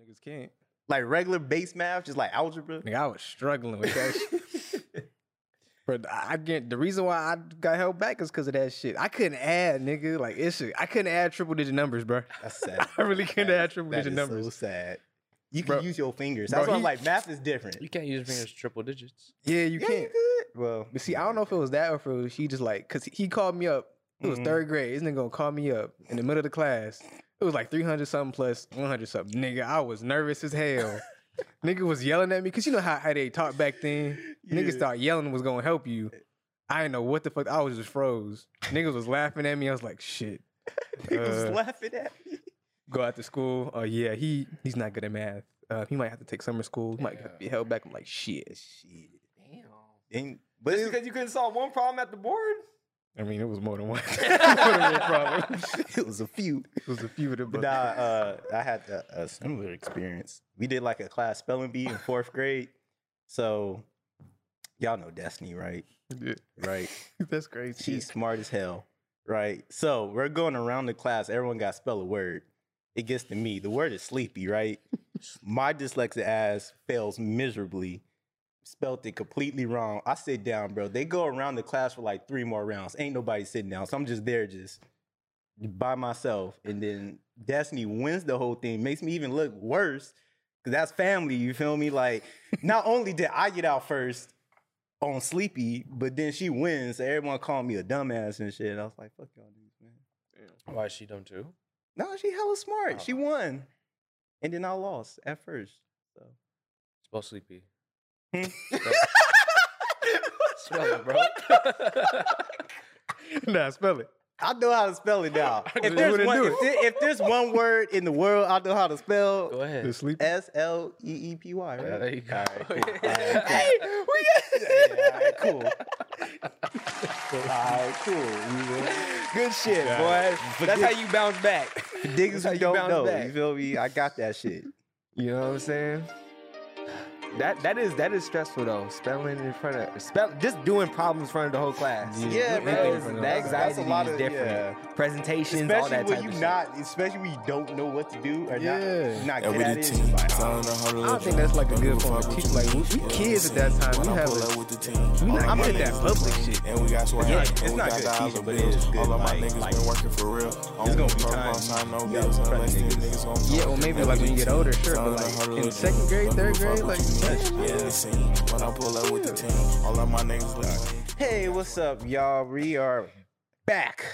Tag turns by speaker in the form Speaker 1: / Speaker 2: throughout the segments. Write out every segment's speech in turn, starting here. Speaker 1: niggas can't.
Speaker 2: Like regular base math, just like algebra.
Speaker 1: Nigga, I was struggling with that shit. But I get the reason why I got held back is because of that shit. I couldn't add, nigga. Like it's I couldn't add triple digit numbers, bro.
Speaker 2: That's sad.
Speaker 1: I really couldn't
Speaker 2: That-
Speaker 1: add triple
Speaker 2: that
Speaker 1: digit
Speaker 2: is
Speaker 1: numbers.
Speaker 2: So sad. You can
Speaker 1: Bro-
Speaker 2: use your fingers.
Speaker 1: bro,
Speaker 2: That's why I'm
Speaker 1: he-
Speaker 2: like math is different.
Speaker 3: You can't use fingers triple digits.
Speaker 1: Yeah, you
Speaker 2: Yeah,
Speaker 1: can't.
Speaker 2: could. Well,
Speaker 1: But see, I don't know if it was that or if it was he just like, cause he called me up. It was
Speaker 2: Mhm.
Speaker 1: third grade. This nigga gonna call me up in the middle of the class. It was like 300 something plus 100 something. Nigga, I was nervous as hell. nigga was yelling at me, cause you know how, how they talk back then.
Speaker 2: Yeah.
Speaker 1: Niggas thought yelling was gonna help you. I didn't know what the fuck. I was just froze. Niggas was laughing at me. I was like, shit.
Speaker 2: He was
Speaker 1: Uh,
Speaker 2: laughing at me.
Speaker 1: go out to school. Oh yeah, he he's not good at math. Uh, he might have to take summer school. He might
Speaker 3: Yeah.
Speaker 1: be held back. I'm like shit.
Speaker 2: Shit.
Speaker 3: Damn.
Speaker 2: And- but it's
Speaker 3: you couldn't solve one problem at the board?
Speaker 1: I mean, it was more than one. More than one problem.
Speaker 2: because it was a few.
Speaker 1: It was a few of them.
Speaker 2: But
Speaker 1: But
Speaker 2: nah, uh, I had a, a similar experience. We did like a class spelling bee in fourth grade. So y'all know Destiny, right?
Speaker 1: Yeah.
Speaker 2: Right.
Speaker 1: that's crazy.
Speaker 2: She's smart as hell, right? So we're going around the class. Everyone got to spell a word. It gets to me. The word is sleepy, right? My dyslexic ass fails miserably. Spelt it completely wrong. I sit down, bro. They go around the class for like three more rounds. Ain't nobody sitting down. So I'm just there, just by myself. And then Destiny wins the whole thing. Makes me even look worse. Cause that's family, you feel me? Like, not only did I get out first, on Sleepy, but then she wins. So everyone called me a dumbass and shit. I was like, fuck y'all dudes, man.
Speaker 3: Why is she dumb too?
Speaker 2: No, she hella smart.
Speaker 3: Oh.
Speaker 2: She won. And then I lost at first. So
Speaker 3: Spell sleepy.
Speaker 2: Hmm?
Speaker 3: Spell it, bro.
Speaker 1: nah, spell it.
Speaker 2: I know how to spell it now. If
Speaker 1: You
Speaker 2: there's,
Speaker 1: wouldn't
Speaker 2: one,
Speaker 1: do
Speaker 2: if, there- if there's one word in the world I know how to
Speaker 3: Go
Speaker 2: spell,
Speaker 3: ahead.
Speaker 1: The sleep.
Speaker 2: S L E E P Y, right?
Speaker 3: Yeah, there you go.
Speaker 2: All right, cool.
Speaker 3: Yeah.
Speaker 2: All right, cool. All right, cool. Good shit, boy.
Speaker 3: That's how you bounce back.
Speaker 2: For niggas
Speaker 3: how
Speaker 2: who
Speaker 3: you
Speaker 2: don't
Speaker 3: bounce
Speaker 2: know,
Speaker 3: back.
Speaker 2: you feel me? I got that shit.
Speaker 4: You know what I'm saying? That that is that is stressful though. Spelling in front of spell just doing problems in front of the whole class.
Speaker 1: Yeah,
Speaker 2: Yeah, bro.
Speaker 4: Anything in
Speaker 2: That's-
Speaker 4: front of the
Speaker 2: that's
Speaker 4: whole
Speaker 2: a
Speaker 4: class.
Speaker 2: lot
Speaker 4: Anxiety
Speaker 2: of-
Speaker 4: is different.
Speaker 2: yeah.
Speaker 4: Presentations, all
Speaker 2: Especially
Speaker 4: that
Speaker 2: when
Speaker 4: type
Speaker 2: you
Speaker 4: of shit.
Speaker 2: not, especially when you don't know what to do or
Speaker 1: Yeah.
Speaker 2: not, not
Speaker 5: And
Speaker 2: good
Speaker 5: with
Speaker 2: at
Speaker 5: the
Speaker 2: it.
Speaker 5: team,
Speaker 2: It's like, oh,
Speaker 1: I don't think that's like a good form of teaching. Like we, we kids at that time, we have a,
Speaker 5: with the team.
Speaker 1: we not, I'm at that public shit.
Speaker 5: And we got swag.
Speaker 2: Yeah,
Speaker 5: and
Speaker 2: it's
Speaker 5: we
Speaker 2: not
Speaker 5: got
Speaker 2: good
Speaker 5: the
Speaker 2: teaching,
Speaker 5: dollar
Speaker 2: but it
Speaker 5: bills.
Speaker 2: is good,
Speaker 5: All of my
Speaker 2: like-
Speaker 5: niggas
Speaker 2: like-
Speaker 5: been working for real.
Speaker 2: It's gonna be
Speaker 5: time.
Speaker 2: times
Speaker 5: Sign no
Speaker 2: you
Speaker 5: bills
Speaker 2: gotta
Speaker 5: unless
Speaker 2: practice
Speaker 5: these
Speaker 2: niggas.
Speaker 5: niggas gonna
Speaker 1: Yeah, well maybe like when you get older, sure. But like in second grade, third grade, like
Speaker 5: yeah, they seen when I pull up with the team. All of my niggas look.
Speaker 2: Hey, what's up, y'all? We are back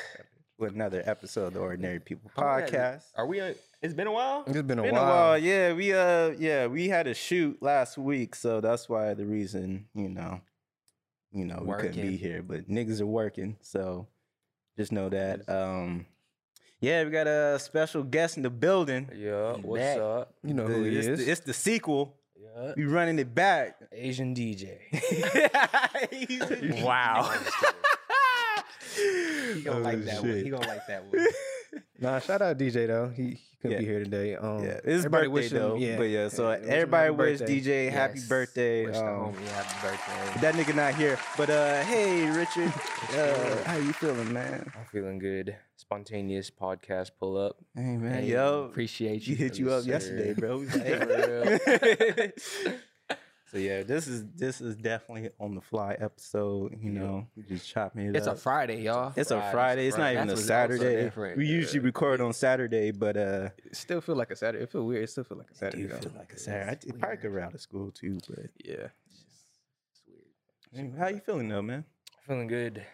Speaker 2: with another episode of the Ordinary People podcast.
Speaker 3: Are we? uh, It's been a while.
Speaker 1: it's been a
Speaker 2: Been a while,
Speaker 1: while.
Speaker 2: yeah. We uh, yeah, we had a shoot last week, so that's why the reason, you know, you know, we couldn't be
Speaker 3: Working.
Speaker 2: here. But niggas are working, so just know that. Um, yeah, we got a special guest in the building.
Speaker 3: Yeah.
Speaker 2: You
Speaker 3: What's
Speaker 2: back.
Speaker 3: up?
Speaker 1: You know
Speaker 2: The-
Speaker 1: who he
Speaker 2: it's,
Speaker 1: is.
Speaker 2: The, it's the sequel.
Speaker 3: Yeah.
Speaker 2: We running it back.
Speaker 3: Asian DJ.
Speaker 2: wow.
Speaker 3: He
Speaker 2: Oh,
Speaker 3: gonna like that one. He gonna like that one.
Speaker 1: Nah, shout out DJ though. He, he couldn't
Speaker 2: Yeah.
Speaker 1: be here today. Um,
Speaker 2: Yeah, it's
Speaker 1: everybody
Speaker 2: birthday
Speaker 1: wish him-
Speaker 2: though.
Speaker 1: yeah,
Speaker 2: but yeah, so
Speaker 1: yeah, wish him
Speaker 2: everybody
Speaker 1: happy
Speaker 2: wish
Speaker 1: birthday.
Speaker 2: DJ happy
Speaker 3: Yes.
Speaker 2: birthday.
Speaker 3: Wish the
Speaker 2: Um,
Speaker 3: homie happy birthday.
Speaker 2: That nigga not here. But uh hey Richard. Uh, how you feeling, man?
Speaker 3: I'm feeling good. Spontaneous podcast pull up.
Speaker 2: Hey man,
Speaker 3: Hey,
Speaker 2: yo.
Speaker 3: appreciate
Speaker 2: She
Speaker 3: you.
Speaker 2: hit you
Speaker 3: Yes,
Speaker 2: up yesterday,
Speaker 3: sir.
Speaker 2: bro. We was like, hey,
Speaker 3: For real.
Speaker 2: so yeah, this is this is definitely on the fly episode, you know. We just chopping it
Speaker 4: it's
Speaker 2: up.
Speaker 4: a Friday, y'all.
Speaker 2: it's a Friday. It's not even
Speaker 4: That's
Speaker 2: a
Speaker 4: what's also
Speaker 2: Saturday.
Speaker 4: different,
Speaker 2: We
Speaker 4: yeah.
Speaker 2: usually record on Saturday, but uh
Speaker 1: It still feel like a Saturday. It feel weird. It still feel like a
Speaker 2: I do
Speaker 1: Saturday. though.
Speaker 2: feel like a Saturday. I did- probably could route to school too, but
Speaker 1: yeah.
Speaker 2: Anyway, how you feeling though, man?
Speaker 3: Feeling good.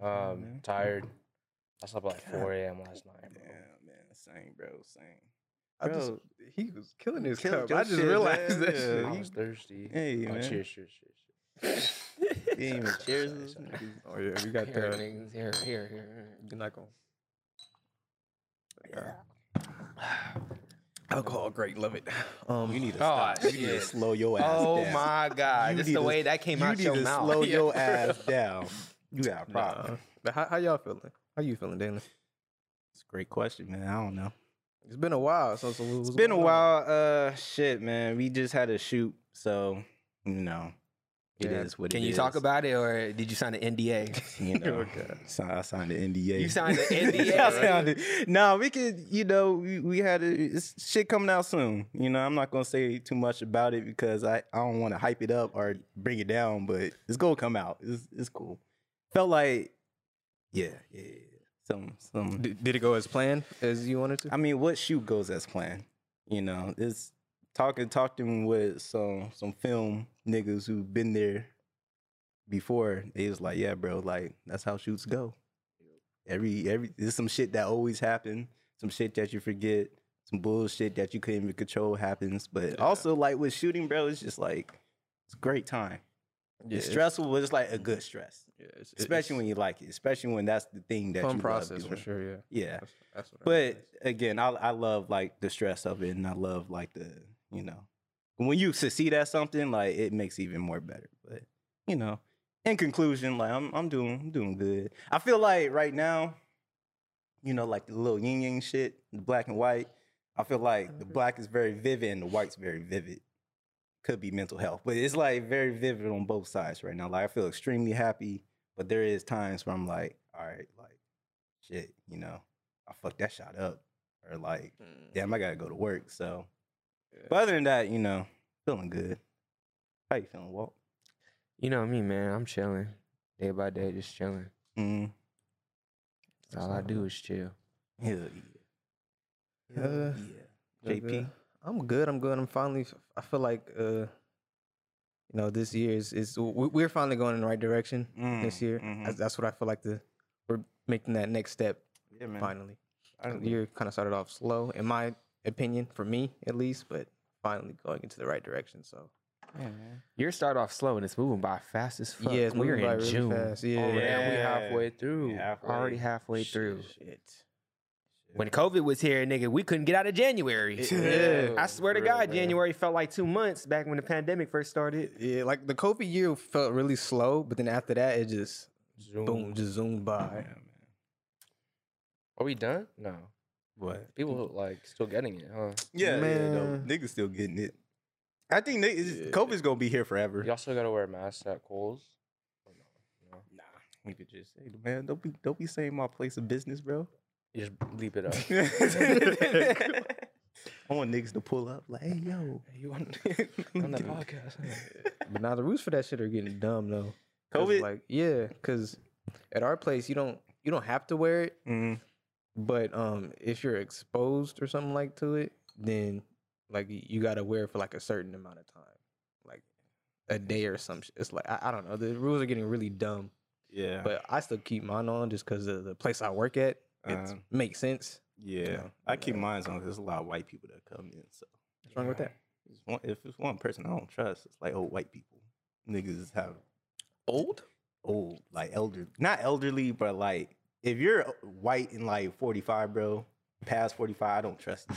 Speaker 3: Um,
Speaker 2: man.
Speaker 3: tired. I slept like
Speaker 2: Mm-hmm. God
Speaker 3: 4 a.m. last night. Bro.
Speaker 2: man, same, bro, same.
Speaker 1: I just
Speaker 2: Bro.
Speaker 1: he was killing his
Speaker 2: Killed
Speaker 1: cup.
Speaker 2: your
Speaker 1: I just
Speaker 2: shit,
Speaker 1: realized
Speaker 2: man.
Speaker 1: that
Speaker 2: Yeah.
Speaker 1: shit.
Speaker 3: I
Speaker 2: he-
Speaker 3: was thirsty.
Speaker 2: Hey,
Speaker 3: oh,
Speaker 2: man.
Speaker 3: cheers, cheers, cheers.
Speaker 2: You ain't even cheers
Speaker 3: Sorry,
Speaker 2: us,
Speaker 3: sorry.
Speaker 2: niggas.
Speaker 1: Oh yeah, we got
Speaker 3: Here,
Speaker 1: that.
Speaker 3: niggas, here, here, here.
Speaker 1: You're not going. Alcohol, great, love it. Um,
Speaker 2: You need to
Speaker 4: Oh,
Speaker 2: stop. You need to
Speaker 4: shit.
Speaker 2: slow your ass
Speaker 4: Oh
Speaker 2: down.
Speaker 4: my god.
Speaker 2: You
Speaker 4: Just
Speaker 2: need
Speaker 4: the
Speaker 2: to-
Speaker 4: way that came
Speaker 2: you
Speaker 4: out
Speaker 2: need
Speaker 4: your
Speaker 2: to
Speaker 4: mouth.
Speaker 2: slow
Speaker 4: Yeah,
Speaker 2: your
Speaker 4: for
Speaker 2: ass
Speaker 4: real.
Speaker 2: down. You got a problem.
Speaker 1: nah. But how, how y'all feeling? How you feeling, Dalen?
Speaker 2: It's a great question, man. I don't know.
Speaker 1: It's been a while. So, so what- what's
Speaker 2: It's been a
Speaker 1: going on?
Speaker 2: while. Uh, shit, man. We just had a shoot, so you know, It
Speaker 4: Yeah.
Speaker 2: is what
Speaker 4: Can
Speaker 2: it
Speaker 4: you
Speaker 2: is.
Speaker 4: talk about it, or did you sign an NDA?
Speaker 2: You know, so I signed an NDA.
Speaker 4: You signed an NDA,
Speaker 2: I
Speaker 4: right?
Speaker 2: signed it. No, we could. You know, we, we had a, it's shit coming out soon. You know, I'm not gonna say too much about it because I, I don't want to hype it up or bring it down. But it's gonna come out. It's it's cool. Felt like, yeah, yeah. yeah. Some some.
Speaker 1: D- did it go as planned as you wanted to?
Speaker 2: I mean, what shoot goes as planned? You know, it's talking talking with some some film niggas who've been there before. They was like, yeah, bro, like that's how shoots go. Every every there's some shit that always happen, some shit that you forget, some bullshit that you couldn't even control happens. But also like with shooting, bro, it's just like it's a great time.
Speaker 1: Yeah,
Speaker 2: it's stressful, but it's like a good stress.
Speaker 1: yeah, it's- it's-
Speaker 2: Especially when you like it, especially when that's the thing that
Speaker 1: fun
Speaker 2: you
Speaker 1: process
Speaker 2: love
Speaker 1: for
Speaker 2: doing.
Speaker 1: sure. Yeah,
Speaker 2: Yeah.
Speaker 1: That's- that's what I
Speaker 2: But
Speaker 1: realized.
Speaker 2: again, I I love like the stress of it, and I love like the you know when you succeed at something, like it makes it even more better. But you know, in conclusion, like I'm I'm doing I'm doing good. I feel like right now, you know, like the little yin yang shit, the black and white. I feel like the black is very vivid and the white's very vivid. Could be mental health, but it's like very vivid on both sides right now. Like I feel extremely happy, but there is times where I'm like, all right, like shit, you know, I fucked that shot up. Or like, damn, I gotta go to work. So but other than that, you know, feeling good. How you feeling, Walt?
Speaker 4: You know me, man. I'm chilling day by day, just chilling.
Speaker 2: Mm.
Speaker 4: That's all I do is chill.
Speaker 2: Hell yeah. Hell
Speaker 1: Uh,
Speaker 2: yeah.
Speaker 1: I'm good.
Speaker 2: JP.
Speaker 1: I'm good. I'm good. I'm finally. I feel like uh, you know, this year is is we- we're finally going in the right direction this
Speaker 4: Mm-hmm,
Speaker 2: Mm,
Speaker 1: year.
Speaker 2: mhm.
Speaker 1: That's, that's what I feel like. The we're making that next step
Speaker 2: Yeah, man.
Speaker 1: finally. The
Speaker 2: Finally.
Speaker 1: year kind of started off slow, in my opinion, for me at least, but finally going into the right direction. So
Speaker 2: Yeah, man.
Speaker 4: Your start off slow and it's moving by fast as fuck. we're
Speaker 1: moving
Speaker 4: in
Speaker 1: by
Speaker 4: June.
Speaker 1: Yeah,
Speaker 3: Oh,
Speaker 4: Already, and we
Speaker 2: Yeah.
Speaker 4: halfway through.
Speaker 2: halfway.
Speaker 4: Already halfway through.
Speaker 1: Shit.
Speaker 4: When COVID was here, nigga, we couldn't get out of January.
Speaker 1: Yeah.
Speaker 4: I swear to
Speaker 3: For real,
Speaker 4: God,
Speaker 3: man.
Speaker 4: January felt like two months back when the pandemic first started.
Speaker 1: Yeah, like the COVID year felt really slow, but then after that, it just
Speaker 3: Zoom.
Speaker 1: boom, just zoomed
Speaker 2: Yeah,
Speaker 1: by.
Speaker 2: man.
Speaker 3: Are we done? No.
Speaker 2: What?
Speaker 3: People like still getting it, huh?
Speaker 2: Yeah,
Speaker 1: Man.
Speaker 2: yeah, no, niggas still getting it. I think they, it's- COVID's gonna be here forever.
Speaker 3: Y'all still gotta wear masks at Kohl's. Or no? No?
Speaker 2: Nah, we could just say, man, don't be don't be saying my place of business, bro.
Speaker 3: You just leap it up.
Speaker 2: I want niggas to pull up like, hey yo,
Speaker 3: you on, on the podcast? huh?
Speaker 1: But now the rules for that shit are getting dumb though. 'Cause,
Speaker 2: COVID.
Speaker 1: like yeah, because at our place you don't you don't have to wear it,
Speaker 2: Mm.
Speaker 1: but um if you're exposed or something like to it, then like y- you gotta wear it for like a certain amount of time, like a day or some. Sh- it's like I, I don't know. The rules are getting really dumb,
Speaker 2: Yeah,
Speaker 1: but I still keep mine on just because of the place I work at. It
Speaker 2: Um,
Speaker 1: makes sense.
Speaker 2: yeah.
Speaker 1: know,
Speaker 2: I keep mine on. 'cause There's a lot of white people that come in. So
Speaker 1: What's wrong with that?
Speaker 2: it's one, if it's one person I don't trust, it's like old white people. Niggas have
Speaker 1: Old?
Speaker 2: old, like elder, not elderly, but like if you're white and like 45, bro, past 45, I don't trust you.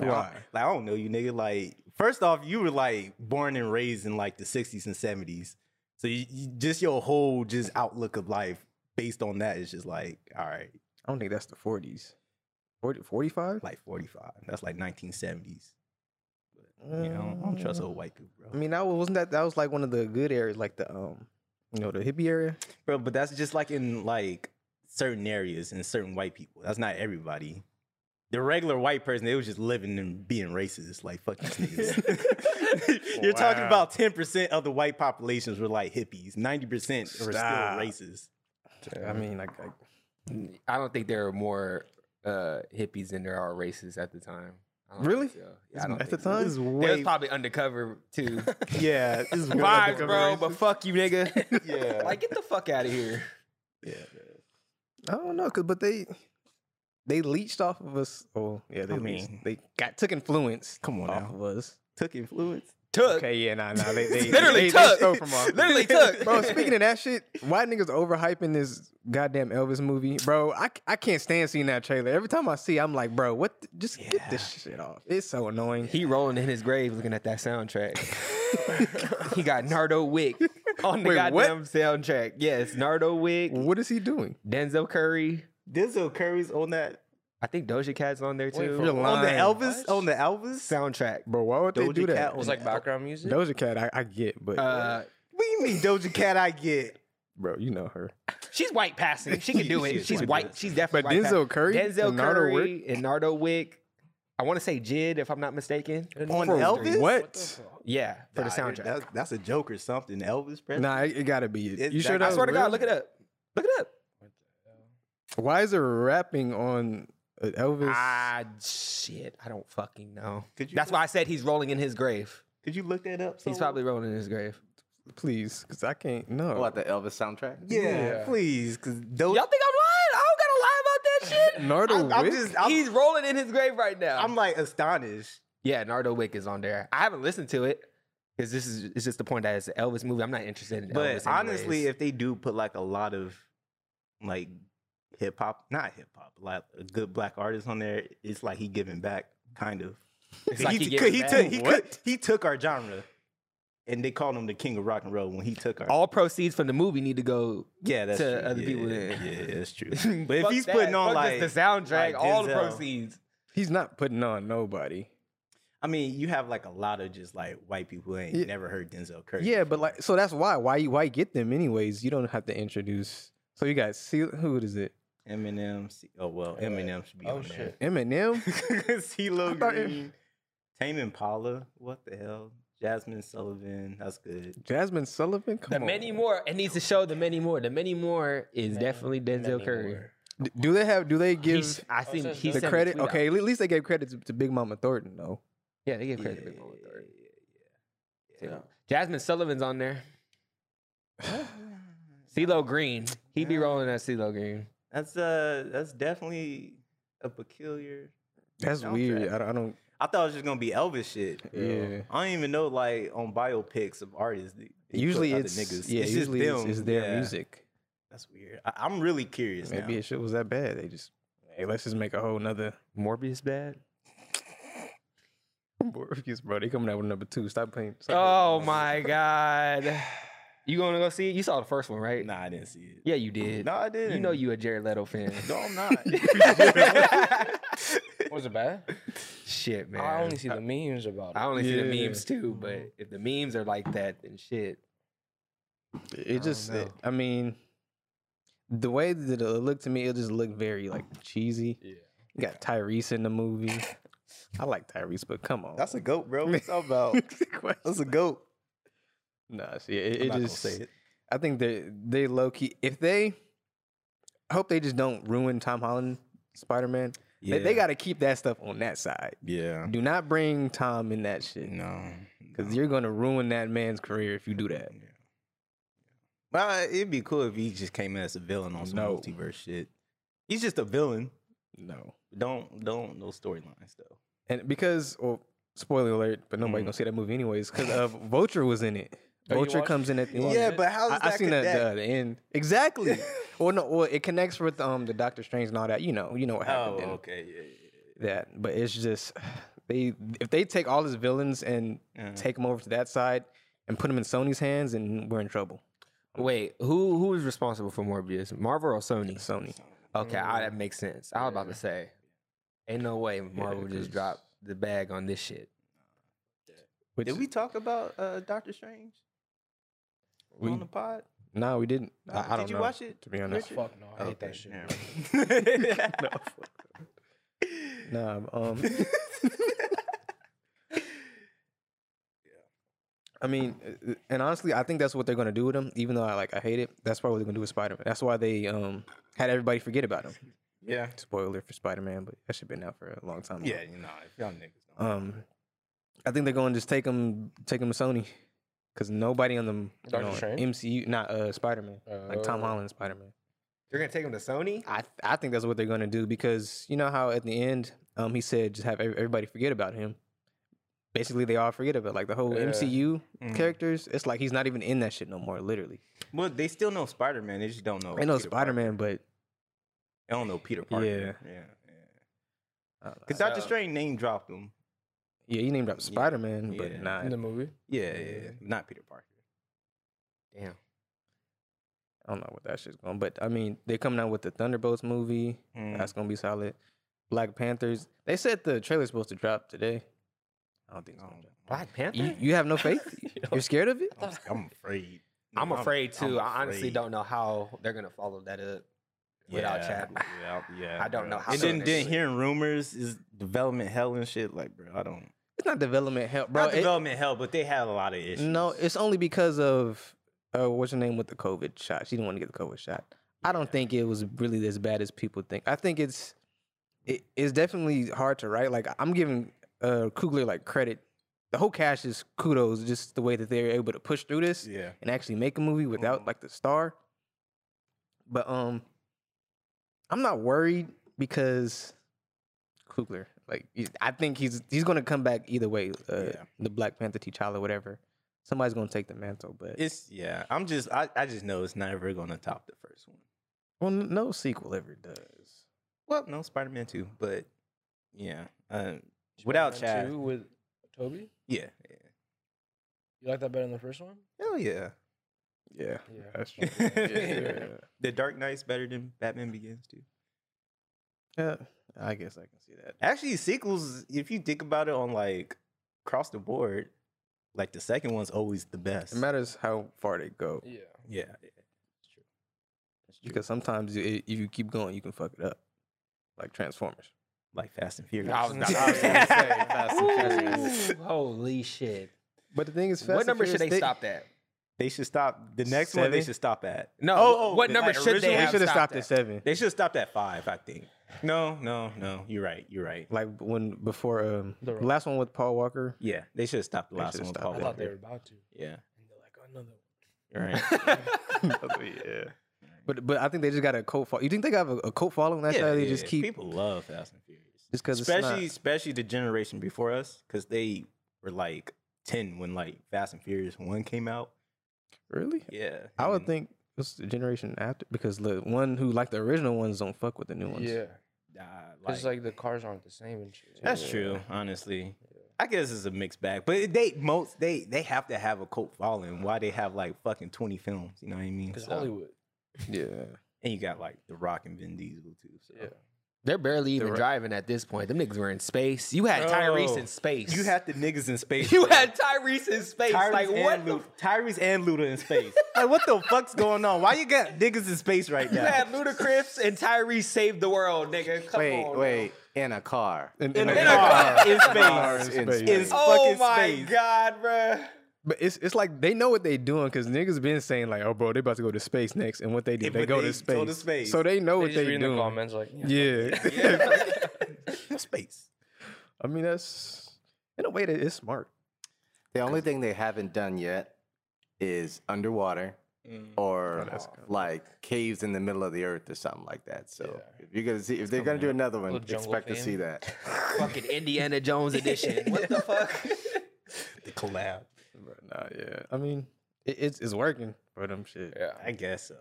Speaker 2: Like, I-
Speaker 1: Why?
Speaker 2: Like I don't know you, nigga. Like first off, you were like born and raised in like the '60s and '70s, so you, you, just your whole just outlook of life based on that is just like, all right,
Speaker 1: I don't think that's the 40s. 40, 45?
Speaker 2: like 45. That's like 1970s. You know, I don't trust old white people,
Speaker 1: Mm. I
Speaker 2: bro.
Speaker 1: mean, that was, wasn't that that was like one of the good areas, like the um, you know, the hippie area.
Speaker 2: Bro, but that's just like in like certain areas and certain white people. That's not everybody. The regular white person, they was just living and being racist, like fuck these niggas. You're talking
Speaker 3: Wow.
Speaker 2: about ten percent of the white populations were like hippies. Ninety percent were still
Speaker 1: Stop.
Speaker 2: racist.
Speaker 1: I mean, like, like
Speaker 4: I don't think there are more uh, hippies than there are racists at the time. I don't
Speaker 1: Really?
Speaker 4: think so. Yeah, I don't
Speaker 1: at the
Speaker 4: think so.
Speaker 1: time,
Speaker 2: This is
Speaker 4: They was
Speaker 2: way,
Speaker 4: probably undercover too.
Speaker 2: yeah, this is way
Speaker 4: Vibes,
Speaker 2: undercover
Speaker 4: bro,
Speaker 2: racist.
Speaker 4: but fuck you, nigga.
Speaker 2: yeah,
Speaker 4: like, get the fuck out of here.
Speaker 2: yeah,
Speaker 1: I don't know, cause but they they leached off of us. Oh yeah, they
Speaker 2: I
Speaker 1: leached,
Speaker 2: mean-
Speaker 1: they got took influence.
Speaker 2: Come on
Speaker 1: off
Speaker 2: now.
Speaker 1: of us.
Speaker 2: took influence.
Speaker 4: Took.
Speaker 1: Okay, yeah, nah, nah, they, they
Speaker 4: Literally
Speaker 1: they,
Speaker 4: took.
Speaker 1: stole from us.
Speaker 4: Literally took.
Speaker 1: Bro, speaking of that shit, white niggas overhyping this goddamn Elvis movie, bro. I, c- I can't stand seeing that trailer. Every time I see, it, I'm like, bro, what? the- just get this shit off. It's so annoying.
Speaker 4: He rolling in his grave looking at that soundtrack. he got Nardo Wick on the
Speaker 1: Wait, what?
Speaker 4: goddamn soundtrack. Yes, Nardo Wick,
Speaker 1: What is he doing?
Speaker 4: Denzel Curry.
Speaker 2: Denzel Curry's on that
Speaker 4: I think Doja Cat's on there too.
Speaker 1: for You're
Speaker 2: on the
Speaker 1: Lying.
Speaker 2: Elvis
Speaker 3: What?
Speaker 2: on the Elvis.
Speaker 4: soundtrack.
Speaker 1: Bro, why would they
Speaker 2: Doja
Speaker 1: do
Speaker 2: Cat
Speaker 1: that?
Speaker 2: was
Speaker 3: It's like background music.
Speaker 1: Doja Cat, I, I get, but
Speaker 4: Uh,
Speaker 2: We many Doja Cat I get?
Speaker 1: bro. You know her.
Speaker 6: She's white passing. She can do
Speaker 2: She
Speaker 6: it.
Speaker 2: is
Speaker 6: She's
Speaker 2: white
Speaker 6: white.
Speaker 2: passing.
Speaker 6: She's definitely
Speaker 1: But
Speaker 6: white
Speaker 1: Denzel Curry
Speaker 6: passing. Denzel
Speaker 1: and Nardo
Speaker 6: Curry and Nardo Wick. I want to say Jid, if I'm not mistaken.
Speaker 2: On
Speaker 1: For
Speaker 2: Elvis?
Speaker 1: What?
Speaker 6: Yeah, for the
Speaker 2: Nah,
Speaker 6: soundtrack.
Speaker 2: That's, that's a joke or something. Elvis Presley.
Speaker 1: Nah, it, it gotta be it.
Speaker 2: It's
Speaker 1: you
Speaker 2: that-
Speaker 1: sure?
Speaker 2: I
Speaker 1: that
Speaker 6: I
Speaker 1: was
Speaker 6: swear to
Speaker 1: real?
Speaker 6: God, look it up. Look it up.
Speaker 1: Why is there rapping on an Elvis?
Speaker 6: Ah, shit. I don't fucking know.
Speaker 2: Could you
Speaker 6: That's
Speaker 2: look-
Speaker 6: why I said he's rolling in his grave.
Speaker 2: Could you look that up?
Speaker 6: He's
Speaker 2: somewhere?
Speaker 6: probably rolling in his grave.
Speaker 1: please, because I can't. No.
Speaker 7: What the Elvis soundtrack?
Speaker 2: Yeah,
Speaker 3: Yeah.
Speaker 2: please, because
Speaker 6: Y'all
Speaker 2: Doja.
Speaker 6: think I'm lying? I don't gotta lie about that shit.
Speaker 1: Nardo
Speaker 2: I'm
Speaker 1: Wick.
Speaker 2: just, I'm,
Speaker 6: he's rolling in his grave right now.
Speaker 2: I'm like astonished.
Speaker 6: yeah, Nardo Wick is on there. I haven't listened to it because this is it's just the point that it's an Elvis movie. I'm not interested in
Speaker 2: But
Speaker 6: Elvis.
Speaker 2: honestly,
Speaker 6: anyways.
Speaker 2: if they do put like a lot of like hip hop, not hip hop, like a good black artist on there, it's like he giving back, kind of.
Speaker 6: It's like he giving
Speaker 2: he,
Speaker 6: back.
Speaker 2: took, he, could- he took our genre, and they called him the king of rock and roll when he took our.
Speaker 6: all proceeds from the movie need to go.
Speaker 2: yeah, that's
Speaker 6: to
Speaker 2: true.
Speaker 6: other
Speaker 2: yeah,
Speaker 6: people
Speaker 2: Yeah,
Speaker 6: that-
Speaker 2: yeah, that's true. But if
Speaker 6: Fuck
Speaker 2: he's
Speaker 6: that.
Speaker 2: putting on
Speaker 6: Fuck
Speaker 2: like,
Speaker 6: just the soundtrack,
Speaker 2: like
Speaker 6: all the
Speaker 2: Denzel.
Speaker 6: proceeds.
Speaker 1: He's not putting on nobody.
Speaker 2: I mean, you have like a lot of just like white people who ain't
Speaker 1: Yeah.
Speaker 2: never heard Denzel Curry.
Speaker 1: Yeah, but
Speaker 2: before.
Speaker 1: like, so that's why. Why you? Why get them anyways? You don't have to introduce. So you got see who is it?
Speaker 2: Eminem. C- Oh well, Eminem should be
Speaker 3: oh,
Speaker 2: on there.
Speaker 1: Eminem. I
Speaker 2: CeeLo
Speaker 1: thought it-
Speaker 2: Green, Tame Impala. What the hell? Jasmine Sullivan. That's good.
Speaker 1: Jasmine Sullivan. Come
Speaker 6: The
Speaker 1: on.
Speaker 6: many more. It needs to show the many more. The many more is
Speaker 3: Many-
Speaker 6: definitely Denzel
Speaker 3: many
Speaker 6: Curry.
Speaker 3: more.
Speaker 1: D- Do they have? Do they give
Speaker 6: He's, I
Speaker 3: Oh,
Speaker 6: think
Speaker 3: so it's
Speaker 6: he
Speaker 3: Denzel.
Speaker 1: the
Speaker 6: sent a
Speaker 1: credit?
Speaker 6: tweet out.
Speaker 1: Okay, at least they gave credit to, to Big Mama Thornton though.
Speaker 6: Yeah, they give credit to
Speaker 2: Yeah,
Speaker 6: Big Mama Thornton.
Speaker 2: yeah,
Speaker 6: Jasmine Sullivan's on there. CeeLo Green. He be
Speaker 2: Yeah.
Speaker 6: rolling at CeeLo Green.
Speaker 2: That's uh, that's definitely a peculiar.
Speaker 1: That's
Speaker 2: Soundtrack.
Speaker 1: weird. I don't. I don't
Speaker 2: I thought it was just gonna be Elvis shit.
Speaker 1: Yeah.
Speaker 2: I don't even know like on biopics of artists. they- they put
Speaker 1: usually
Speaker 2: other
Speaker 1: it's yeah.
Speaker 2: just
Speaker 1: usually it's, it's their
Speaker 2: Yeah.
Speaker 1: music.
Speaker 2: That's weird. I, I'm really curious.
Speaker 1: Maybe
Speaker 2: now.
Speaker 1: it shit was that bad. They just hey, let's just make a whole nother
Speaker 6: Morbius bad.
Speaker 1: Morpheus, bro. They coming out with number two. Stop playing. stop
Speaker 6: Oh
Speaker 1: playing.
Speaker 6: my god. You gonna go see it? You saw the first one, right?
Speaker 2: Nah, I didn't see it.
Speaker 6: Yeah, you did.
Speaker 2: No, I didn't.
Speaker 6: You know you a Jared Leto fan.
Speaker 2: No, I'm not.
Speaker 6: Shit,
Speaker 3: Was it bad?
Speaker 6: man.
Speaker 3: I only see the memes about it.
Speaker 6: I only see the
Speaker 1: Yeah.
Speaker 6: memes too, but
Speaker 4: Mm-hmm.
Speaker 6: if the memes are like that, then shit. Oh.
Speaker 1: It just. it- I mean, the way that it looked to me, it just looked very like cheesy.
Speaker 3: Yeah.
Speaker 1: You got Tyrese in the movie. I like Tyrese, but come on.
Speaker 2: That's a goat, bro. What's all about? That's a goat.
Speaker 1: Nah, see, it, it
Speaker 2: I'm not gonna
Speaker 1: just.
Speaker 2: say it.
Speaker 1: I think they they low key. If they, I hope they just don't ruin Tom Holland Spider Man. They,
Speaker 2: Yeah.
Speaker 1: got to keep that stuff on that side.
Speaker 2: Yeah.
Speaker 1: Do not bring Tom in that shit
Speaker 2: No.
Speaker 1: because you're gonna ruin that man's career if you do that.
Speaker 2: Well, it'd be cool if he just came in as a villain on some
Speaker 1: No.
Speaker 2: multiverse shit. He's just a villain.
Speaker 1: No,
Speaker 2: Don't don't no storylines though.
Speaker 1: and because well, spoiler alert, but nobody
Speaker 2: Mhm.
Speaker 1: gonna see that movie anyways because uh, Vulture was in it.
Speaker 3: Oh, you
Speaker 1: Vulture
Speaker 3: watched-
Speaker 1: comes in at the
Speaker 3: you
Speaker 1: end.
Speaker 3: watched it?
Speaker 2: but how
Speaker 1: I, I seen that uh, the, the end exactly. well, no, well, it connects with um the Doctor Strange and all that. You know, you know what happened.
Speaker 2: oh,
Speaker 1: in
Speaker 2: okay, yeah,
Speaker 1: That, but it's just they if they take all his villains and
Speaker 2: yeah, Uh, yeah.
Speaker 1: take him over to that side and put him in Sony's hands, and we're in trouble.
Speaker 6: Wait, who who is responsible for Morbius? Marvel or Sony?
Speaker 1: Sony.
Speaker 6: Okay, I, that makes sense. I was about to say, ain't no way Marvel just
Speaker 1: 'cause-
Speaker 6: dropped the bag on this shit.
Speaker 1: Which,
Speaker 2: Did we talk about uh, Doctor Strange
Speaker 1: We,
Speaker 2: on the pod?
Speaker 1: no, we didn't.
Speaker 2: Uh,
Speaker 1: I, I don't
Speaker 2: Did you
Speaker 1: know,
Speaker 2: watch it?
Speaker 1: To be honest,
Speaker 2: Richard?
Speaker 3: Fuck no, I hate
Speaker 2: Okay,
Speaker 3: that shit.
Speaker 2: never
Speaker 3: bro.
Speaker 2: mind.
Speaker 1: nah. Um, I mean, uh, and honestly, I think that's what they're gonna do with him. Even though I like, I hate it. That's probably what they're gonna do with Spider Man. That's why they um had everybody forget about him.
Speaker 2: Yeah.
Speaker 1: Spoiler for Spider Man, but that should been out for a long time. now.
Speaker 2: Yeah, you know, if y'all niggas don't.
Speaker 1: Um, I think they're gonna just take him, take him to Sony, because nobody on the you
Speaker 3: Doctor
Speaker 1: know,
Speaker 3: Strange?
Speaker 1: MCU, not uh Spider Man, like Tom
Speaker 3: Oh.
Speaker 1: Holland Spider Man.
Speaker 6: They're gonna take him to Sony.
Speaker 1: Uh, I I think that's what they're gonna do because you know how at the end, um, he said just have ev- everybody forget about him. Basically, they all forget about like the whole
Speaker 3: Yeah.
Speaker 1: MCU
Speaker 2: Mhm.
Speaker 1: characters. It's like he's not even in that shit no more. Literally,
Speaker 2: well, they still know Spider Man. They just don't know.
Speaker 1: I know
Speaker 2: Peter
Speaker 1: Spider
Speaker 2: Parker.
Speaker 1: Man, but
Speaker 2: They don't know Peter Parker. Yeah, yeah.
Speaker 1: uh,
Speaker 2: Because
Speaker 1: I-
Speaker 2: Doctor Strange name dropped him.
Speaker 1: yeah, you named up
Speaker 2: Yeah,
Speaker 1: Spider Man, but
Speaker 2: yeah.
Speaker 1: nah.
Speaker 3: In the movie.
Speaker 2: Yeah, yeah, yeah. Not Peter Parker.
Speaker 6: Damn.
Speaker 1: I don't know what that shit's going. But I mean, they're coming out with the Thunderbolts movie.
Speaker 2: Mm.
Speaker 1: That's gonna be solid. Black Panthers. They said the trailer's supposed to drop today. I don't think so.
Speaker 2: Um,
Speaker 6: Black Panther.
Speaker 1: You, you have no faith? You're scared of it?
Speaker 2: I'm, I'm afraid.
Speaker 4: I'm afraid
Speaker 2: I'm
Speaker 4: too. I honestly
Speaker 2: afraid.
Speaker 4: don't know how they're gonna follow that up without Chadwick.
Speaker 6: Ah,
Speaker 2: Yeah, yeah.
Speaker 4: I don't know how
Speaker 2: And
Speaker 4: soon
Speaker 2: then,
Speaker 4: they
Speaker 2: then
Speaker 4: sleep.
Speaker 2: hearing rumors is development hell and shit. Like, bro, I don't.
Speaker 1: It's not development help,
Speaker 2: Bro,
Speaker 1: bro. It-
Speaker 2: development hell, but they had a lot of issues.
Speaker 1: no, it's only because of uh, what's her name with the COVID shot. She didn't want to get the COVID shot. I don't think it was really as bad as people think. I think it's it, it's definitely hard to write. Like I'm giving uh, Kugler like credit. The whole cast is kudos just the way that they were able to push through this.
Speaker 2: Yeah.
Speaker 1: and actually make a movie without like the star. But um, I'm not worried because Kugler, like he- I think he's he's gonna come back either way. Uh,
Speaker 2: Yeah.
Speaker 1: The Black Panther T'Challa, whatever. Somebody's gonna take the mantle, but
Speaker 2: It's yeah. I'm just I, I just know it's never gonna top the first one.
Speaker 1: well, n- no sequel ever does.
Speaker 2: Well, no, Spider Man two, but yeah. Uh, without
Speaker 3: Spider-Man
Speaker 2: Chad.
Speaker 3: 2 with Toby.
Speaker 2: Yeah. yeah.
Speaker 3: You like that better than the first one?
Speaker 2: Hell yeah.
Speaker 1: Yeah,
Speaker 3: Yeah.
Speaker 1: that's
Speaker 2: true.
Speaker 1: yeah.
Speaker 2: The Dark Knight's better than Batman Begins too.
Speaker 1: yeah, I guess I can see that.
Speaker 2: Actually, sequels, if you think about it on like across the board, like the second one's always the best.
Speaker 1: It matters how far they go
Speaker 3: Yeah.
Speaker 2: Yeah.
Speaker 1: because sometimes you, if you keep going, you can fuck it up, like Transformers.
Speaker 2: Like Fast and Furious.
Speaker 4: I was not-
Speaker 3: I was gonna say Fast
Speaker 2: and
Speaker 4: Ooh, holy shit!
Speaker 1: But the thing is,
Speaker 4: what number should they stop at?
Speaker 2: They should stop. The next one they
Speaker 1: Seven?
Speaker 2: should stop at.
Speaker 4: No, what
Speaker 2: the-
Speaker 4: number
Speaker 2: like,
Speaker 4: should they
Speaker 2: originally-
Speaker 1: They
Speaker 4: have
Speaker 1: should have
Speaker 4: stopped
Speaker 1: stopped at
Speaker 4: at?
Speaker 1: seven.
Speaker 2: They should have stopped at five, I think. No, no, no. You're right. You're right.
Speaker 1: like when before um
Speaker 3: The
Speaker 1: the
Speaker 3: Rock.
Speaker 1: last one with Paul Walker.
Speaker 2: Yeah, they should have stopped the
Speaker 1: They
Speaker 2: last
Speaker 1: should've
Speaker 2: one.
Speaker 1: stopped
Speaker 2: Paul
Speaker 1: at
Speaker 3: I thought they
Speaker 2: Walker.
Speaker 3: were about to. And
Speaker 2: Yeah,
Speaker 3: they're like, another one.
Speaker 2: you're right.
Speaker 1: yeah. But but I think they just got a cult follow. You think they got a, a cult following? That's
Speaker 2: yeah,
Speaker 1: why they
Speaker 2: yeah,
Speaker 1: just
Speaker 2: yeah.
Speaker 1: keep
Speaker 2: people love Fast and Furious,
Speaker 1: just because
Speaker 2: especially
Speaker 1: it's
Speaker 2: especially the generation before us, because they were like ten when like Fast and Furious one came out.
Speaker 1: not really.
Speaker 2: Yeah,
Speaker 1: I would
Speaker 2: and-
Speaker 1: think it's the generation after because the one who like the original ones don't fuck with the new ones.
Speaker 3: Yeah.
Speaker 2: Nah,
Speaker 3: It's like the cars aren't the same and shit.
Speaker 2: That's true, honestly. I guess it's a mixed bag, but they most they they have to have a cult following. Why they have like fucking twenty films? You know what I mean?
Speaker 3: Because
Speaker 2: So-
Speaker 3: Hollywood.
Speaker 1: yeah.
Speaker 2: and you got like The Rock and Vin Diesel too. So.
Speaker 3: Yeah.
Speaker 4: They're barely even
Speaker 1: right.
Speaker 4: driving at this point. Them niggas were in space. You had
Speaker 2: Bro,
Speaker 4: Tyrese in space.
Speaker 2: You had the niggas in space.
Speaker 4: you
Speaker 2: bro.
Speaker 4: had Tyrese in space.
Speaker 2: Tyrese
Speaker 4: like
Speaker 2: and
Speaker 4: what? The,
Speaker 2: Luda, Tyrese and Luda in space. like what the fuck's going on? Why you got niggas in space right
Speaker 4: you
Speaker 2: now?
Speaker 4: had Ludacris and Tyrese saved the world, nigga. Come
Speaker 8: wait,
Speaker 4: on,
Speaker 8: wait, in a car.
Speaker 1: And,
Speaker 2: in
Speaker 1: and
Speaker 2: a
Speaker 1: like-
Speaker 2: car in
Speaker 8: Car
Speaker 2: space.
Speaker 8: in space.
Speaker 2: In
Speaker 4: Now. Oh
Speaker 2: fucking
Speaker 4: my
Speaker 2: space.
Speaker 4: god, bruh.
Speaker 1: But it's it's like they know what they doing because niggas been saying like, oh bro, they about to go to space next, and what they do,
Speaker 2: And
Speaker 1: they
Speaker 2: what
Speaker 1: go
Speaker 2: they
Speaker 1: to space.
Speaker 2: go to space.
Speaker 1: So they know
Speaker 3: They
Speaker 1: what
Speaker 3: just
Speaker 1: they
Speaker 3: reading
Speaker 1: doing.
Speaker 3: the comments like, yeah.
Speaker 1: yeah.
Speaker 2: space.
Speaker 1: I mean that's in a way that it's smart.
Speaker 8: The only thing they haven't done yet is underwater
Speaker 4: Mm.
Speaker 2: Oh,
Speaker 8: or like caves in the middle of the earth or something like that. So if you're gonna see if they're gonna do another one,
Speaker 3: Little jungle
Speaker 8: expect to
Speaker 3: theme.
Speaker 8: see that.
Speaker 4: Fucking Indiana Jones edition. What the fuck?
Speaker 2: The collab.
Speaker 1: But nah, yeah. I mean, it, it's it's working for them shit.
Speaker 3: Yeah.
Speaker 2: I guess so.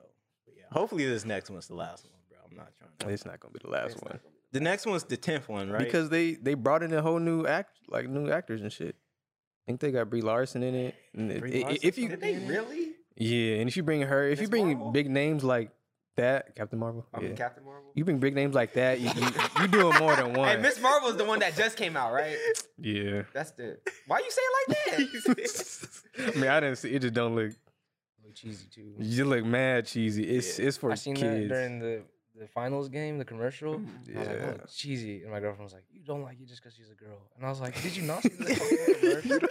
Speaker 2: But yeah, hopefully this next one's the last one, bro. I'm not trying to.
Speaker 1: It's not gonna be the last one
Speaker 2: The next one's the tenth one, right?
Speaker 1: because they they brought in a whole new act like new actors and shit. I think they got Brie Larson in it. And it-
Speaker 2: Brie
Speaker 1: i- i-
Speaker 2: Larson's
Speaker 1: if you
Speaker 2: in it? Did they
Speaker 4: really?
Speaker 1: yeah, and if you bring her, if you bring
Speaker 4: Marvel?
Speaker 1: big names like that, Captain Marvel, yeah.
Speaker 4: Captain Marvel.
Speaker 1: you bring big names like that, you, you, you doing more than one.
Speaker 4: Hey, Miss Marvel's the one that just came out, right?
Speaker 1: yeah.
Speaker 4: That's the. Why you say it like that?
Speaker 1: I mean, I didn't see it. Just don't look.
Speaker 3: cheesy too.
Speaker 1: You look mad cheesy. It's it's for
Speaker 3: I seen
Speaker 1: kids.
Speaker 3: that during the, the finals game, the commercial. I was like, that
Speaker 1: Yeah.
Speaker 3: looks cheesy. And my girlfriend was like, You don't like it just because she's a girl. And I was like, Did you not see the fucking commercial?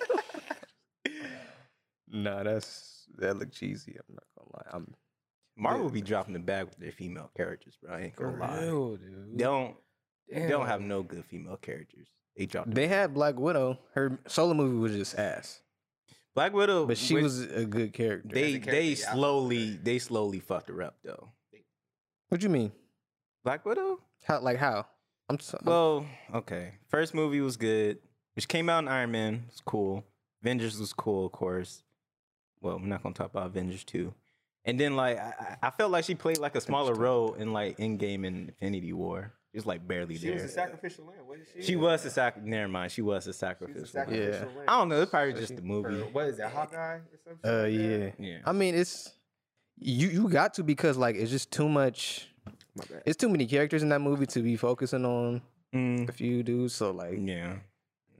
Speaker 1: Nah, that's that look cheesy. I'm not gonna lie. I'm
Speaker 2: Marvel be dropping the bag with their female characters, bro. I ain't
Speaker 3: For
Speaker 2: gonna lie.
Speaker 3: real, dude.
Speaker 2: They don't they don't
Speaker 3: Damn.
Speaker 2: have no good female characters. They dropped
Speaker 1: They had Black Widow. Her solo movie was just ass,
Speaker 2: Black Widow,
Speaker 1: but she
Speaker 2: which-
Speaker 1: was a good character.
Speaker 2: They
Speaker 4: character,
Speaker 2: they
Speaker 4: yeah, I fuck with
Speaker 2: slowly they slowly fucked her up though.
Speaker 1: what you mean?
Speaker 2: Black Widow.
Speaker 1: How? Like how? I'm so,
Speaker 2: Well, okay. First movie was good, which came out in Iron Man. It's cool. Avengers was cool, of course. Well, I'm not gonna talk about Avengers two. And then like I, I I felt like she played like a smaller role in like Endgame and Infinity War. She was like barely there.
Speaker 4: sacrificial lamb, wasn't
Speaker 2: She was a sac. Never mind. She was a sacrificial. lamb.
Speaker 1: sacrificial
Speaker 4: lamb.
Speaker 2: I don't know. It's probably just the movie.
Speaker 4: What is that, Hawkeye or something?
Speaker 1: uh, yeah.
Speaker 2: Yeah.
Speaker 1: I mean, it's you. You got to because like it's just too much.
Speaker 4: My bad.
Speaker 1: It's too many characters in that movie to be focusing on
Speaker 2: Mm,
Speaker 1: a few dudes. So like,
Speaker 2: yeah.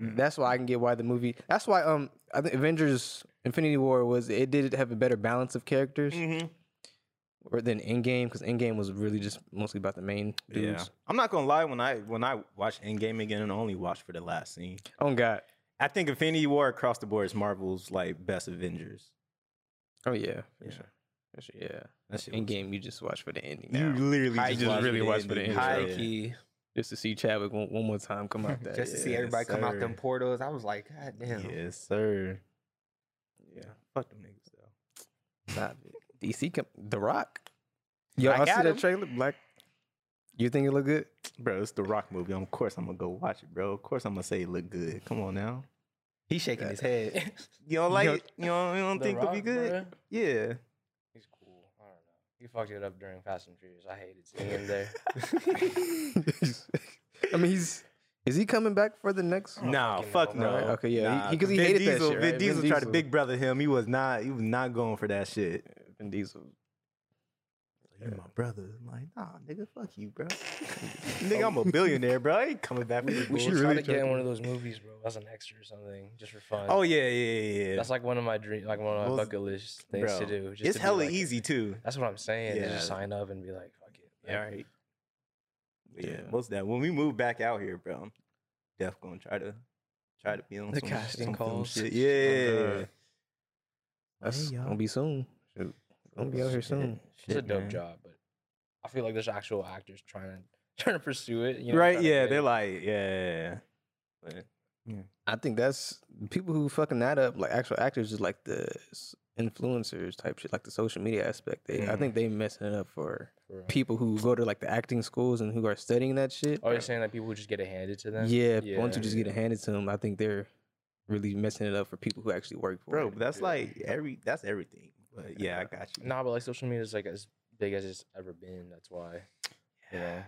Speaker 1: That's why I can get why the movie. That's why um, I think Avengers: Infinity War was it did have a better balance of characters or than Endgame because Endgame was really just mostly about the main dudes.
Speaker 2: Yeah. I'm not gonna lie, when I when I watch Endgame again, I only watch for the last scene.
Speaker 1: Oh God.
Speaker 2: I think Infinity War across the board is Marvel's like best Avengers.
Speaker 1: Oh yeah. For
Speaker 2: Yeah.
Speaker 1: Sure. For sure, Yeah.
Speaker 2: That shit was-
Speaker 1: Endgame, you just watch for the ending.
Speaker 2: You
Speaker 1: now,
Speaker 2: literally
Speaker 1: I
Speaker 2: just,
Speaker 1: just
Speaker 2: watch
Speaker 1: really
Speaker 2: for the
Speaker 1: watch for the
Speaker 2: ending.
Speaker 1: intro.
Speaker 2: Yeah.
Speaker 1: High just to see Chadwick one, one more time come out that.
Speaker 4: Just to see
Speaker 1: yeah.
Speaker 4: everybody come out
Speaker 2: sir.
Speaker 4: them portals, I was like, God damn.
Speaker 2: Yes, sir.
Speaker 1: Yeah.
Speaker 2: Fuck them niggas though.
Speaker 1: Nah, DC, come, The Rock. Yo, I, see
Speaker 2: got
Speaker 1: that
Speaker 2: him.
Speaker 1: trailer. Black. You think it look good?
Speaker 2: Bro, it's the Rock movie. Of course I'm gonna go watch it, bro. Of course I'm gonna say it look good. Come on now.
Speaker 4: He's shaking his head.
Speaker 2: You don't like
Speaker 1: Yo,
Speaker 2: it? You don't, you don't
Speaker 3: The
Speaker 2: think it'll be
Speaker 3: Rock,
Speaker 2: good?
Speaker 3: bruh,
Speaker 2: Yeah.
Speaker 3: He's cool. I don't know. He fucked it up during Fast and Furious. I hated seeing him there.
Speaker 1: I mean, he's is he coming back for the next?
Speaker 3: don't
Speaker 2: Nah,
Speaker 3: fucking
Speaker 2: fuck
Speaker 3: know,
Speaker 2: no.
Speaker 3: right?
Speaker 1: Okay, yeah, he-
Speaker 2: Nah,
Speaker 1: he- 'cause he
Speaker 2: Vin
Speaker 1: hated that shit,
Speaker 2: Diesel,
Speaker 1: right?
Speaker 2: Vin
Speaker 1: Vin
Speaker 2: Diesel, tried to
Speaker 1: Diesel.
Speaker 2: big brother him. He was not. He was not going for that shit.
Speaker 1: Vin Diesel.
Speaker 2: You're my brother. I'm like, nah, nigga, fuck you, bro. nigga, I'm a billionaire, bro. I ain't coming back for this
Speaker 3: We should
Speaker 2: bullshit.
Speaker 3: try to get in one of those movies, bro, as an extra or something, just for fun.
Speaker 2: Oh yeah, yeah, yeah, yeah.
Speaker 3: that's like one of my dream, like one of my
Speaker 2: Well,
Speaker 3: bucket list things to
Speaker 2: bro,
Speaker 3: do. Just
Speaker 2: it's
Speaker 3: to be
Speaker 2: hella
Speaker 3: like-
Speaker 2: easy too.
Speaker 3: That's what I'm saying. is
Speaker 2: Yeah.
Speaker 3: Just sign up and be like, fuck it.
Speaker 2: All right. Yeah,
Speaker 1: Yeah.
Speaker 2: most of that. When we move back out here, bro, Def gonna try to try to be on
Speaker 3: The
Speaker 2: some,
Speaker 3: casting
Speaker 2: some film
Speaker 3: calls.
Speaker 2: Shit.
Speaker 1: Oh,
Speaker 2: Yeah,
Speaker 1: God. That's
Speaker 2: Hey, y'all.
Speaker 1: gonna be soon. Shoot. Gonna be out here soon.
Speaker 3: It's a
Speaker 2: Shit,
Speaker 3: dope
Speaker 2: man.
Speaker 3: job, but I feel like there's actual actors trying to trying to pursue it. You know,
Speaker 2: right?
Speaker 3: trying to
Speaker 2: Yeah,
Speaker 3: get
Speaker 2: they're
Speaker 3: it.
Speaker 2: like, yeah. But
Speaker 1: I think that's people who fucking that up, like actual actors, is like the s- influencers type shit, like the social media aspect. They, I
Speaker 2: Mhm.
Speaker 1: think they messing it up for
Speaker 3: For real.
Speaker 1: people who go to like the acting schools and who are studying that shit.
Speaker 3: Are you Oh, saying that people just get it handed to them?
Speaker 1: yeah, once you just get it handed to them, I think they're really messing it up for people who actually work for
Speaker 2: bro,
Speaker 1: it.
Speaker 2: but that's like every that's everything. But yeah, I got you.
Speaker 3: Nah, but like social media is like as big as it's ever been. That's why. You know,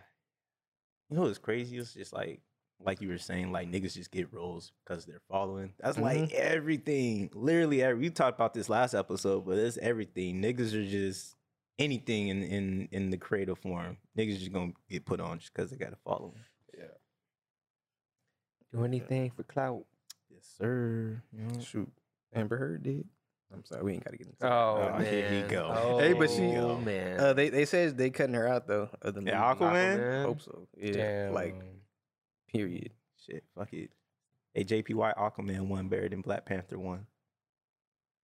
Speaker 2: You know what's crazy? It's just like like you were saying, like niggas just get roles because they're following. That's
Speaker 1: Mm-hmm.
Speaker 2: like everything. Literally every we talked about this last episode, but it's everything. Niggas are just anything in in in the creative form. Niggas just gonna get put on just because they gotta follow.
Speaker 4: Do anything for clout.
Speaker 2: Yes, sir.
Speaker 1: shoot, Amber Heard did. I'm sorry, we ain't got to get into that.
Speaker 4: Oh,
Speaker 2: Oh,
Speaker 4: man.
Speaker 2: here we go.
Speaker 4: Oh,
Speaker 1: Hey, but she-
Speaker 4: man.
Speaker 1: Uh, they they said they cutting her out though. Of the
Speaker 2: Yeah,
Speaker 1: movie.
Speaker 2: Aquaman.
Speaker 1: I hope so. Yeah,
Speaker 3: damn.
Speaker 1: like period.
Speaker 2: Shit, fuck it. Hey, JPY Aquaman one better than Black Panther one.